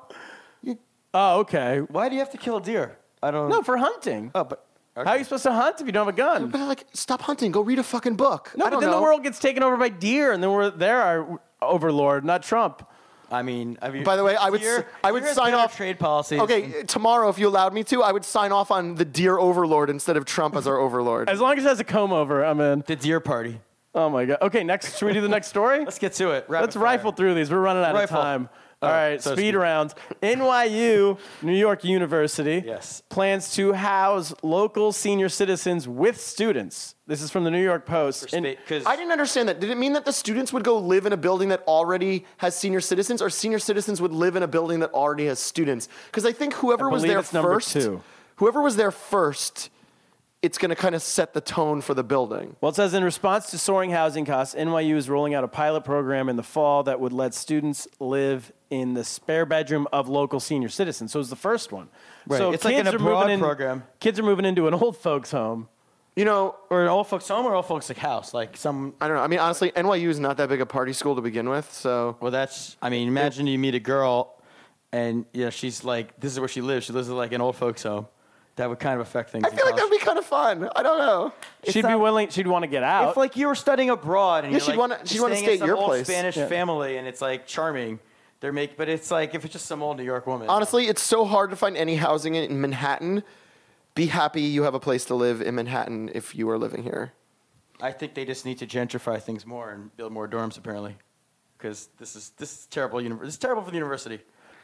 [SPEAKER 2] Oh, okay.
[SPEAKER 3] Why do you have to kill a deer? I don't.
[SPEAKER 2] No, for hunting.
[SPEAKER 3] Oh, but
[SPEAKER 2] How are you supposed to hunt if you don't have a gun?
[SPEAKER 5] But like, stop hunting. Go read a fucking book.
[SPEAKER 2] No,
[SPEAKER 5] I
[SPEAKER 2] but
[SPEAKER 5] don't
[SPEAKER 2] then
[SPEAKER 5] know.
[SPEAKER 2] the world gets taken over by deer, and then we're there our overlord, not Trump.
[SPEAKER 3] I mean, I mean.
[SPEAKER 5] By the way, I would s-
[SPEAKER 3] deer-
[SPEAKER 5] I would
[SPEAKER 3] deer has
[SPEAKER 5] sign
[SPEAKER 3] better
[SPEAKER 5] off-
[SPEAKER 3] trade policies.
[SPEAKER 5] Okay, tomorrow, if you allowed me to, I would sign off on the dear overlord instead of Trump as our overlord.
[SPEAKER 2] As long as it has a comb over, I'm in.
[SPEAKER 3] the deer party.
[SPEAKER 2] Oh my god. Okay, next. Should we do the next story?
[SPEAKER 3] Let's get to it. Rapid
[SPEAKER 2] Let's rifle
[SPEAKER 3] fire.
[SPEAKER 2] through these. We're running out
[SPEAKER 3] Rifle.
[SPEAKER 2] of time. All
[SPEAKER 3] Oh,
[SPEAKER 2] right,
[SPEAKER 3] so to
[SPEAKER 2] speed
[SPEAKER 3] speak.
[SPEAKER 2] rounds. NYU, New York University,
[SPEAKER 3] Yes.
[SPEAKER 2] plans to house local senior citizens with students. This is from the New York Post. And-
[SPEAKER 3] Because
[SPEAKER 5] I didn't understand that. Did it mean that the students would go live in a building that already has senior citizens, or senior citizens would live in a building that already has students? Because I think whoever
[SPEAKER 2] I
[SPEAKER 5] was
[SPEAKER 2] believe
[SPEAKER 5] there
[SPEAKER 2] it's number
[SPEAKER 5] first,
[SPEAKER 2] two.
[SPEAKER 5] whoever was there first, it's going to kind of set the tone for the building.
[SPEAKER 2] Well, it says in response to soaring housing costs, NYU is rolling out a pilot program in the fall that would let students live in the spare bedroom of local senior citizens. So it's the first one.
[SPEAKER 3] Right.
[SPEAKER 2] So
[SPEAKER 3] It's like
[SPEAKER 2] kids
[SPEAKER 3] an
[SPEAKER 2] are
[SPEAKER 3] abroad
[SPEAKER 2] moving in,
[SPEAKER 3] program.
[SPEAKER 2] Kids are moving into an old folks' home.
[SPEAKER 5] You know,
[SPEAKER 3] or an old folks home or old folks like house, like some.
[SPEAKER 5] I don't know. I mean, honestly, NYU is not that big a party school to begin with, so
[SPEAKER 3] Well, that's. I mean, imagine you meet a girl, and yeah, she's like, this is where she lives. She lives in like an old folks home. That would kind of affect
[SPEAKER 2] Oh
[SPEAKER 3] things.
[SPEAKER 5] I feel like that'd be kind of fun. I don't know.
[SPEAKER 2] she'd be
[SPEAKER 3] not-
[SPEAKER 2] willing. She'd want to get out.
[SPEAKER 3] If like you were studying abroad and
[SPEAKER 5] Yeah,
[SPEAKER 3] you're
[SPEAKER 5] she'd
[SPEAKER 3] like,
[SPEAKER 5] wanna- she'd wanna
[SPEAKER 3] staying at
[SPEAKER 5] stay at
[SPEAKER 3] some
[SPEAKER 5] your
[SPEAKER 3] old
[SPEAKER 5] place.
[SPEAKER 3] Spanish
[SPEAKER 2] Yeah.
[SPEAKER 3] family, and it's like charming. They're make, but it's like if it's just some old New York woman.
[SPEAKER 5] Honestly, it's so hard to find any housing in Manhattan. Be happy you have a place to live in Manhattan if you are living here.
[SPEAKER 3] I think they just need to gentrify things more and build more dorms apparently, because this is this is terrible. Univer- this is terrible for the university.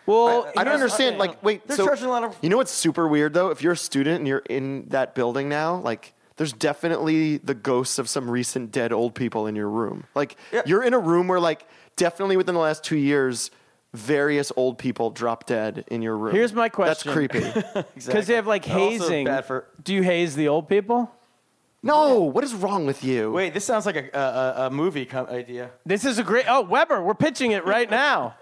[SPEAKER 2] well, uh,
[SPEAKER 5] I don't
[SPEAKER 2] here's-
[SPEAKER 5] understand.
[SPEAKER 3] okay.
[SPEAKER 5] Like, wait,
[SPEAKER 3] They're
[SPEAKER 5] so
[SPEAKER 3] uh, charging a lot of-
[SPEAKER 5] You know what's super weird though? If you're a student and you're in that building now, like, there's definitely the ghosts of some recent dead old people in your room. Like,
[SPEAKER 3] Yeah.
[SPEAKER 5] you're in a room where, like, definitely within the last two years, various old people drop dead in your room.
[SPEAKER 2] Here's my question.
[SPEAKER 5] That's creepy.
[SPEAKER 2] Because they have like
[SPEAKER 3] They're also
[SPEAKER 2] hazing.
[SPEAKER 3] bad for-
[SPEAKER 2] Do you haze the old people?
[SPEAKER 5] no, what is wrong with you?
[SPEAKER 3] Wait, this sounds like a a, a- a movie com- idea.
[SPEAKER 2] This is a great. Oh, Weber, we're pitching it right now.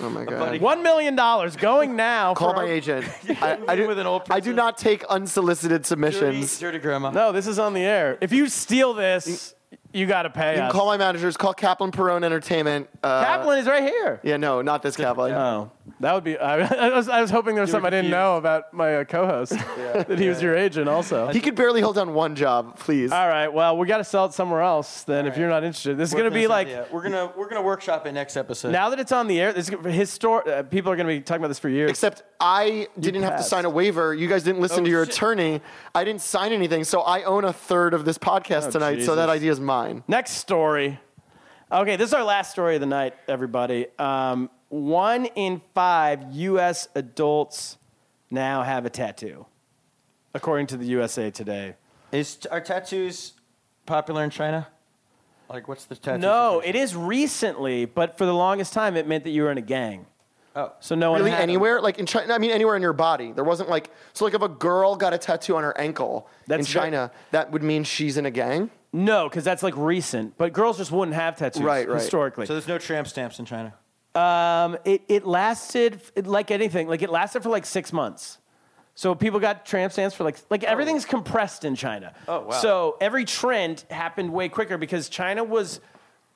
[SPEAKER 5] oh my god.
[SPEAKER 2] One million dollars going now.
[SPEAKER 5] Call
[SPEAKER 2] for
[SPEAKER 5] my
[SPEAKER 2] our-
[SPEAKER 5] agent. I, I,
[SPEAKER 3] meet
[SPEAKER 5] do,
[SPEAKER 3] with an old
[SPEAKER 5] I do
[SPEAKER 3] person.
[SPEAKER 5] not take unsolicited
[SPEAKER 3] Dirty,
[SPEAKER 5] submissions.
[SPEAKER 3] dirty grandma.
[SPEAKER 2] No, this is on the air. If you steal this, you got to pay
[SPEAKER 5] You
[SPEAKER 2] us.
[SPEAKER 5] can call my managers. Call Kaplan Perone Entertainment. Uh,
[SPEAKER 2] Kaplan is right here.
[SPEAKER 5] Yeah, no, not this Kaplan.
[SPEAKER 2] Oh, that would be. I, I, was, I was hoping there was something I didn't know about my uh, co-host that he was your agent also.
[SPEAKER 5] He could barely hold down one job, please.
[SPEAKER 2] All right. Well, we got to sell it somewhere else then. If you're not interested, this is going to be like
[SPEAKER 3] we're gonna we're gonna workshop it next episode.
[SPEAKER 2] now that it's on the air. This is histor- uh, people are going to be talking about this for years.
[SPEAKER 5] Except I didn't have to
[SPEAKER 2] passed.
[SPEAKER 5] sign a waiver. You guys didn't listen
[SPEAKER 3] Oh,
[SPEAKER 5] to your
[SPEAKER 3] shit.
[SPEAKER 5] attorney. I didn't sign anything, so I own a third of this
[SPEAKER 3] Oh,
[SPEAKER 5] podcast tonight.
[SPEAKER 2] Jesus.
[SPEAKER 5] So that idea is mine.
[SPEAKER 2] Next story. Okay, this is our last story of the night, everybody. Um, one in five U.S. adults now have a tattoo, according to the USA Today.
[SPEAKER 3] is t- are tattoos popular in China? Like, what's the tattoo?
[SPEAKER 2] No,
[SPEAKER 3] situation?
[SPEAKER 2] it is recently, but for the longest time, it meant that you were in a gang.
[SPEAKER 3] Oh.
[SPEAKER 2] So no
[SPEAKER 5] Really,
[SPEAKER 2] one had
[SPEAKER 5] anywhere? Like in China? I mean, anywhere in your body. There wasn't like so. Like if a girl got a tattoo on her ankle in
[SPEAKER 2] That's ve-
[SPEAKER 5] China, that would mean she's in a gang.
[SPEAKER 2] them. No, because that's like recent. But girls just wouldn't have tattoos
[SPEAKER 5] Right, right.
[SPEAKER 2] historically.
[SPEAKER 3] So there's no tramp stamps in China.
[SPEAKER 2] Um, it, it lasted f- like anything. Like it lasted for like six months. So people got tramp stamps for like like everything's compressed in China.
[SPEAKER 3] Oh, wow.
[SPEAKER 2] So every trend happened way quicker because China was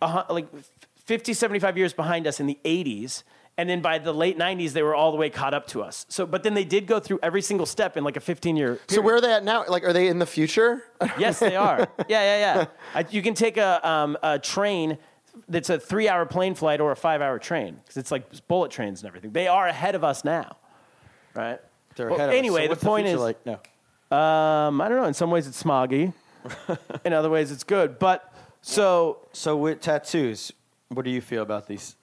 [SPEAKER 2] a, hun- like f- 50, 75 years behind us in the 80s. And then by the late 90s, they were all the way caught up to us. So, but then they did go through every single step in like a 15 year.
[SPEAKER 5] So where are they at now? Like, are they in the future?
[SPEAKER 2] Yes, they are. Yeah, yeah, yeah. I, you can take a, um, a train that's a three hour plane flight or a five hour train because it's like bullet trains and everything. They are ahead of us now. right?
[SPEAKER 3] They're
[SPEAKER 2] Well,
[SPEAKER 3] ahead of us. So
[SPEAKER 2] anyway, the
[SPEAKER 3] what's
[SPEAKER 2] point
[SPEAKER 3] future
[SPEAKER 2] is-
[SPEAKER 3] like no.
[SPEAKER 2] Um, I don't know. In some ways, it's smoggy. in other ways, it's good. But so,
[SPEAKER 3] So with tattoos, what do you feel about these?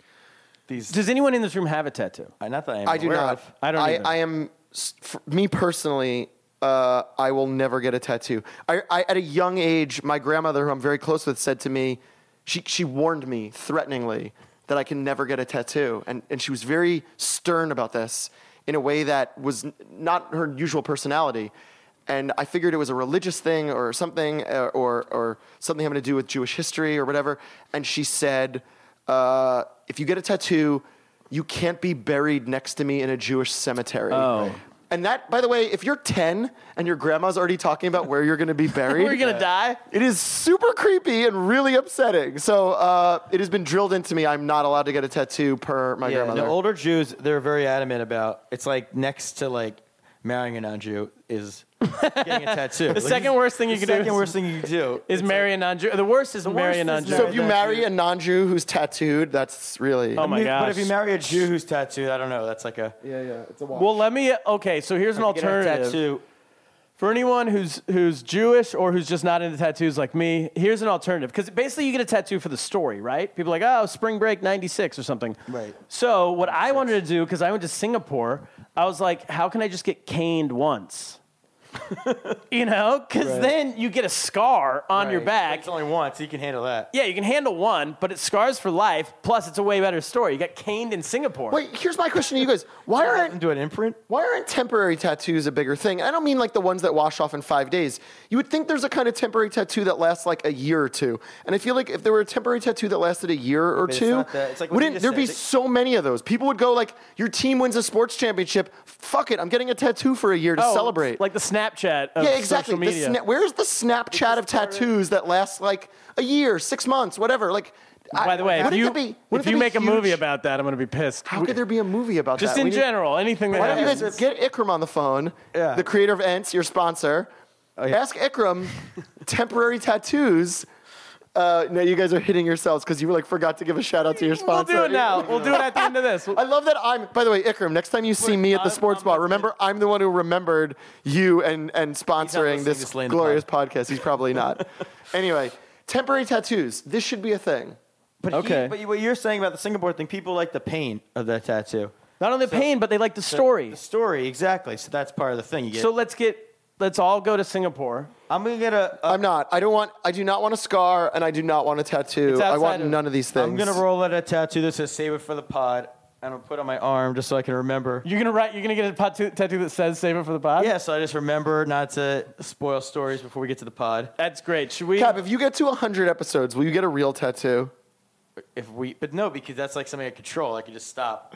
[SPEAKER 3] These
[SPEAKER 2] does anyone in this room have a tattoo?
[SPEAKER 3] I- not that I, am
[SPEAKER 5] I do
[SPEAKER 3] aware
[SPEAKER 5] not.
[SPEAKER 3] of.
[SPEAKER 2] I don't
[SPEAKER 5] I,
[SPEAKER 2] either.
[SPEAKER 5] I am. s- For me personally, uh, I will never get a tattoo. I, I at a young age, my grandmother, who I'm very close with, said to me, she she warned me threateningly that I can never get a tattoo, and and she was very stern about this in a way that was n- not her usual personality. And I figured it was a religious thing or something, uh, or, or something having to do with Jewish history or whatever. And she said, uh, if you get a tattoo, you can't be buried next to me in a Jewish cemetery.
[SPEAKER 2] Oh.
[SPEAKER 5] And that, by the way, if you're 10 and your grandma's already talking about where you're going to be buried,
[SPEAKER 2] We're gonna die.
[SPEAKER 5] it is super creepy and really upsetting. So uh, it has been drilled into me. I'm not allowed to get a tattoo per my
[SPEAKER 3] Yeah,
[SPEAKER 5] grandmother.
[SPEAKER 3] the older Jews, they're very adamant about. It's like next to like marrying a non-Jew is getting a tattoo. the
[SPEAKER 2] second worst thing you can do
[SPEAKER 3] Second
[SPEAKER 2] is-
[SPEAKER 3] worst thing you can do
[SPEAKER 2] Is marry a non-Jew? The worst is marry a
[SPEAKER 3] worst is
[SPEAKER 2] non-Jew.
[SPEAKER 5] so if you
[SPEAKER 3] Yeah.
[SPEAKER 5] marry a non-Jew who's tattooed, that's really
[SPEAKER 2] Oh my
[SPEAKER 3] If- But if
[SPEAKER 2] gosh.
[SPEAKER 3] you marry a Jew who's tattooed, I don't know. That's like a
[SPEAKER 5] yeah, yeah, it's a
[SPEAKER 2] well, let me. Okay, so here's an
[SPEAKER 3] You get a
[SPEAKER 2] alternative.
[SPEAKER 3] tattoo.
[SPEAKER 2] for anyone who's who's Jewish or who's just not into tattoos like me, here's an alternative. Because basically, you get a tattoo for the story, right? People are like, oh, spring break '96 or something.
[SPEAKER 3] Right.
[SPEAKER 2] So what I wanted to do, because I went to Singapore, I was like, how can I just get caned once? you know, because then you get a scar on your
[SPEAKER 3] Right.
[SPEAKER 2] back.
[SPEAKER 3] It's only once. You can handle that.
[SPEAKER 2] Yeah, you can handle one, but it scars for life. Plus, it's a way better story. You got caned in Singapore.
[SPEAKER 5] Wait, here's my question to you guys: Why
[SPEAKER 3] I
[SPEAKER 5] aren't
[SPEAKER 3] can do an imprint.
[SPEAKER 5] why aren't temporary tattoos a bigger thing? I don't mean like the ones that wash off in five days. You would think there's a kind of temporary tattoo that lasts like a year or two. And I feel like if there were a temporary tattoo that lasted a year or
[SPEAKER 3] it's
[SPEAKER 5] two,
[SPEAKER 3] not that- it's like what you
[SPEAKER 5] wouldn't
[SPEAKER 3] just
[SPEAKER 5] there
[SPEAKER 3] said.
[SPEAKER 5] be
[SPEAKER 3] They-
[SPEAKER 5] so many of those? People would go like, "Your team wins a sports championship. Fuck it, I'm getting a tattoo for a year to
[SPEAKER 2] Oh,
[SPEAKER 5] celebrate."
[SPEAKER 2] Like the Snapchat of
[SPEAKER 5] yeah, exactly.
[SPEAKER 2] social
[SPEAKER 5] The
[SPEAKER 2] media.
[SPEAKER 5] sna- where's the Snapchat of tattoos that lasts like a year, six months, whatever? Like, I-
[SPEAKER 2] By the way, if
[SPEAKER 5] wouldn't
[SPEAKER 2] you,
[SPEAKER 5] it be-
[SPEAKER 2] if
[SPEAKER 5] wouldn't it
[SPEAKER 2] you
[SPEAKER 5] be
[SPEAKER 2] make a movie
[SPEAKER 5] huge-
[SPEAKER 2] about that, I'm going to be pissed.
[SPEAKER 5] how could there be a movie about
[SPEAKER 2] Just
[SPEAKER 5] that?
[SPEAKER 2] in
[SPEAKER 5] We need-
[SPEAKER 2] general, anything that
[SPEAKER 5] Why don't you
[SPEAKER 2] happens.
[SPEAKER 5] guys get Ikram on the phone,
[SPEAKER 3] Yeah.
[SPEAKER 5] the creator of Ents, your sponsor.
[SPEAKER 2] Oh,
[SPEAKER 5] Ask Ikram temporary tattoos. Uh, no, you guys are hitting yourselves because you like forgot to give a shout out to your
[SPEAKER 2] We'll
[SPEAKER 5] sponsor.
[SPEAKER 2] do it now. We'll do it at the end of this.
[SPEAKER 5] I love that I'm. By the way, Ikram, next time you see me at
[SPEAKER 3] I'm-
[SPEAKER 5] the sports
[SPEAKER 3] I'm
[SPEAKER 5] bar, remember I'm the one who remembered you and and
[SPEAKER 3] listening
[SPEAKER 5] sponsoring
[SPEAKER 3] to
[SPEAKER 5] this
[SPEAKER 3] Slay in the
[SPEAKER 5] glorious podcast. He's probably not. anyway, temporary tattoos. This should be a thing.
[SPEAKER 3] But
[SPEAKER 2] Okay.
[SPEAKER 3] He, but what you're saying about the Singapore thing, people like the pain of that tattoo.
[SPEAKER 2] Not only the pain, but they like the story.
[SPEAKER 3] The story, exactly. So that's part of the thing. You get.
[SPEAKER 2] So let's get, let's all go to Singapore.
[SPEAKER 3] I'm gonna get a. a
[SPEAKER 5] I'm not. I don't want. I do not want a scar, and I do not want a tattoo.
[SPEAKER 2] It's
[SPEAKER 5] I
[SPEAKER 2] outside
[SPEAKER 5] want
[SPEAKER 2] of-
[SPEAKER 5] none of these things.
[SPEAKER 3] I'm gonna roll out a tattoo that says "Save it for the pod," and I'll put it on my arm just so I can remember.
[SPEAKER 2] You're going to write, you're going to get a tattoo, tattoo that says save it for the pod?
[SPEAKER 3] Yeah, so I just remember not to spoil stories before we get to the pod.
[SPEAKER 2] That's great. Should we?
[SPEAKER 5] Cap, if you get to 100 episodes, will you get a real tattoo?
[SPEAKER 3] If we, but no, because that's like something I control. I can just stop.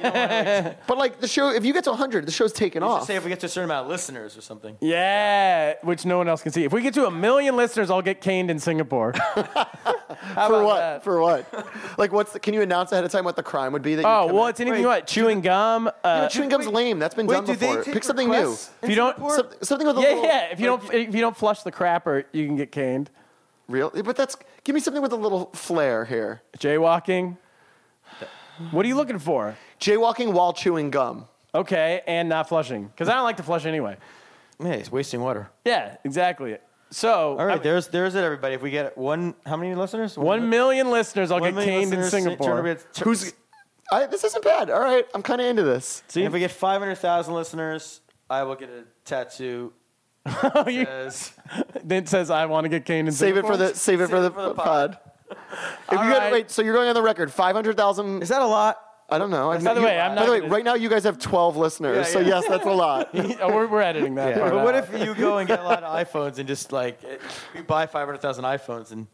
[SPEAKER 5] But like the show, if you get to 100, the show's taken
[SPEAKER 3] Just
[SPEAKER 5] off.
[SPEAKER 3] say if we get to a certain amount of listeners or something.
[SPEAKER 2] yeah, which no one else can see. If we get to a million listeners, I'll get caned in Singapore.
[SPEAKER 5] For what? For what? like, what's the, can you announce ahead of time what the crime would be? That
[SPEAKER 2] oh,
[SPEAKER 5] you
[SPEAKER 2] well, it's anything you
[SPEAKER 3] Wait,
[SPEAKER 2] want. Chewing gum. Uh,
[SPEAKER 5] chewing gum's lame. That's been done before. Pick something new.
[SPEAKER 2] If you don't-
[SPEAKER 5] Some- something with a
[SPEAKER 2] yeah,
[SPEAKER 5] little
[SPEAKER 2] yeah. If you don't, if you don't flush the crapper, you can get caned.
[SPEAKER 5] real, but that's give me something with a little flair here.
[SPEAKER 2] Jaywalking. What are you looking for?
[SPEAKER 5] Jaywalking while chewing gum.
[SPEAKER 2] Okay, and not flushing because I don't like to flush anyway.
[SPEAKER 3] yeah, he's wasting water.
[SPEAKER 2] Yeah, exactly. So
[SPEAKER 3] All right,
[SPEAKER 2] I-
[SPEAKER 3] there's there's it, everybody. If we get one, how many listeners?
[SPEAKER 2] one million listeners, I'll
[SPEAKER 3] One
[SPEAKER 2] get
[SPEAKER 3] million
[SPEAKER 2] caned in
[SPEAKER 3] listeners, turn
[SPEAKER 2] Singapore.
[SPEAKER 3] it- turn-
[SPEAKER 5] Who's? I, this isn't bad. All right, I'm kind of into this.
[SPEAKER 3] And if we get five hundred thousand listeners, I will get a tattoo. uh, As,
[SPEAKER 2] Oh, Then it says I want to get caned in
[SPEAKER 5] Save it
[SPEAKER 2] Singapore.
[SPEAKER 5] for the save it for the, pod. If you
[SPEAKER 2] right.
[SPEAKER 5] guys, wait, so you're going on the record, 500,000
[SPEAKER 3] is that a lot?
[SPEAKER 5] I don't know. I've
[SPEAKER 2] By the
[SPEAKER 5] you-
[SPEAKER 2] way, I'm
[SPEAKER 5] By
[SPEAKER 2] not
[SPEAKER 5] the way,
[SPEAKER 2] gonna-
[SPEAKER 5] right now you guys have 12 listeners,
[SPEAKER 3] Yeah,
[SPEAKER 5] so
[SPEAKER 3] yeah.
[SPEAKER 5] yes, that's a lot.
[SPEAKER 2] Oh, we're, we're editing that. part
[SPEAKER 3] But what
[SPEAKER 2] out.
[SPEAKER 3] if you go and get a lot of iPhones and just like it- you buy five hundred thousand iPhones and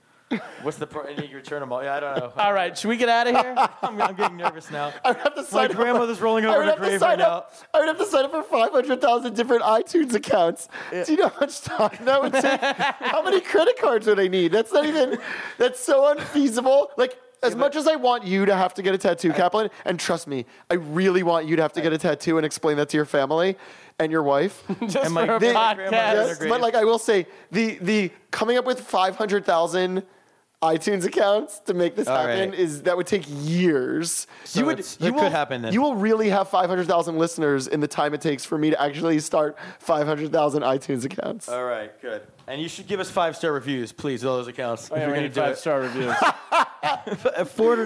[SPEAKER 3] what's the pro- and you return them all? Yeah, I don't know.
[SPEAKER 2] All right, should we get out of here?
[SPEAKER 3] I'm, I'm getting nervous now.
[SPEAKER 5] I would have to
[SPEAKER 3] My
[SPEAKER 5] sign up.
[SPEAKER 3] grandmother's rolling
[SPEAKER 5] I
[SPEAKER 3] over
[SPEAKER 5] would
[SPEAKER 3] in her
[SPEAKER 5] have to
[SPEAKER 3] grave
[SPEAKER 5] sign
[SPEAKER 3] right now.
[SPEAKER 5] up. I would have to sign up for 500,000 different iTunes accounts. Do you know how much time that would take? how many credit cards would I need? That's not even. That's so unfeasible. Like. As much as I want you to have to get a tattoo, Kaplan, and trust me, I really want you to have to get a tattoo and explain that to your family and your wife.
[SPEAKER 2] Just
[SPEAKER 3] And
[SPEAKER 2] for
[SPEAKER 3] my-
[SPEAKER 2] a
[SPEAKER 3] they-
[SPEAKER 2] podcast.
[SPEAKER 3] Yes,
[SPEAKER 5] but like I will say, the the coming up with five hundred thousand iTunes accounts to make this
[SPEAKER 3] All
[SPEAKER 5] happen
[SPEAKER 3] right.
[SPEAKER 5] is that would take years.
[SPEAKER 3] So it's- it could
[SPEAKER 5] will,
[SPEAKER 3] happen then.
[SPEAKER 5] You will really have 500,000 listeners in the time it takes for me to actually start 500,000 iTunes accounts.
[SPEAKER 3] All right, good. And you should give us five star reviews, please, all those
[SPEAKER 5] Oh,
[SPEAKER 3] accounts.
[SPEAKER 2] Yeah, we
[SPEAKER 3] if you're going
[SPEAKER 2] need
[SPEAKER 3] to do
[SPEAKER 2] five
[SPEAKER 3] it. uh,
[SPEAKER 2] star reviews.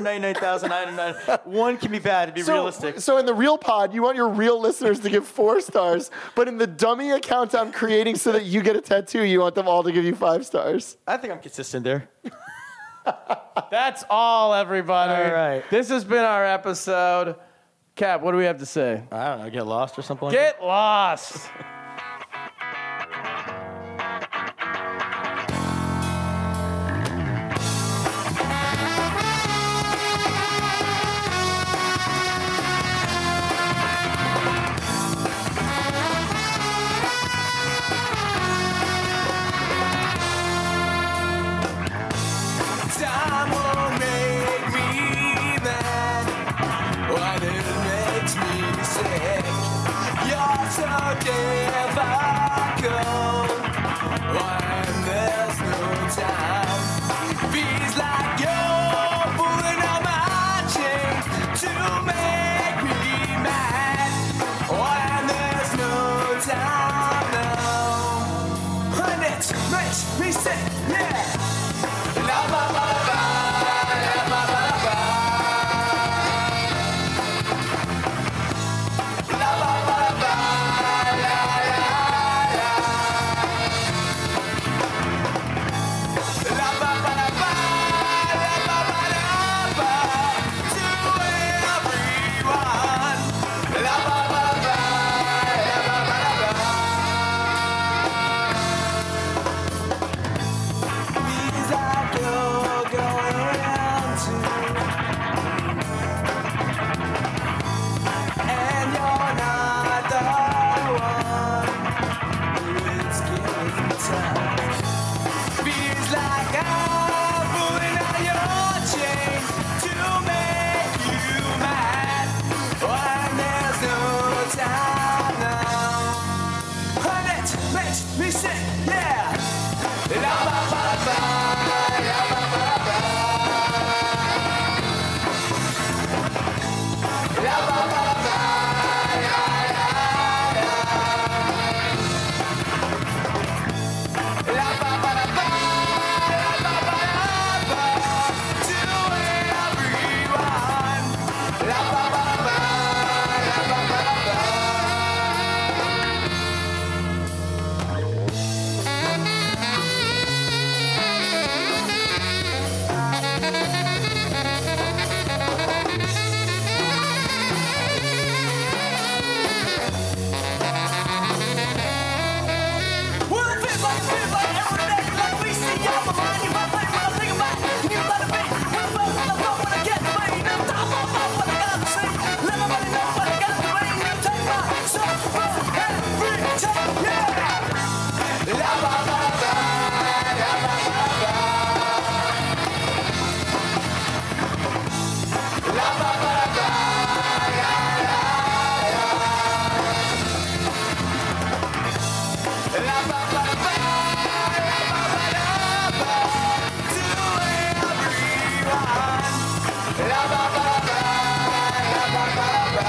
[SPEAKER 3] 499,999. One can be bad, to be realistic.
[SPEAKER 5] So in the real pod, you want your real listeners to give four stars, but in the dummy account I'm creating so that you get a tattoo, you want them all to give you five stars.
[SPEAKER 3] I think I'm consistent there.
[SPEAKER 2] That's all, everybody.
[SPEAKER 3] All right.
[SPEAKER 2] This has been our episode. Cap, what do we have to say?
[SPEAKER 3] I don't know, get lost or something like that.
[SPEAKER 2] Get lost.
[SPEAKER 6] Time won't make me mad. What it makes me sick. You're so difficult. When there's no time, feels like you're pulling on my chain to make me mad. When there's no time now, when it makes me sick, yeah. La ba ba ba, la ba ba ba. La ba ba ba, la la la. La ba ba ba, la ba ba ba. To everyone. La ba ba ba, la ba ba ba. These are go- going to. And you're not the one who is giving time. Feels like I'm pulling on your chain to make you mad. When there's no time now. And it makes me sick, yeah. La ba ba ba, la ba ba ba. La ba ba ba, la la la. La ba ba ba, la ba ba ba. To everyone. La ba ba ba, la ba ba ba. Well, it feels like, feels like every day, like we see y'all behind you, my friend, when I think about it, you let it be. We're both on the phone when I get laid, I'm top of my when I got to see. Let nobody know what I got to bring, you take my soul for every time, yeah. La ba ba ba, la ba ba ba. La ba ba ba, la la la. La ba ba ba, la ba ba ba, to everyone. La ba ba ba, la ba ba ba.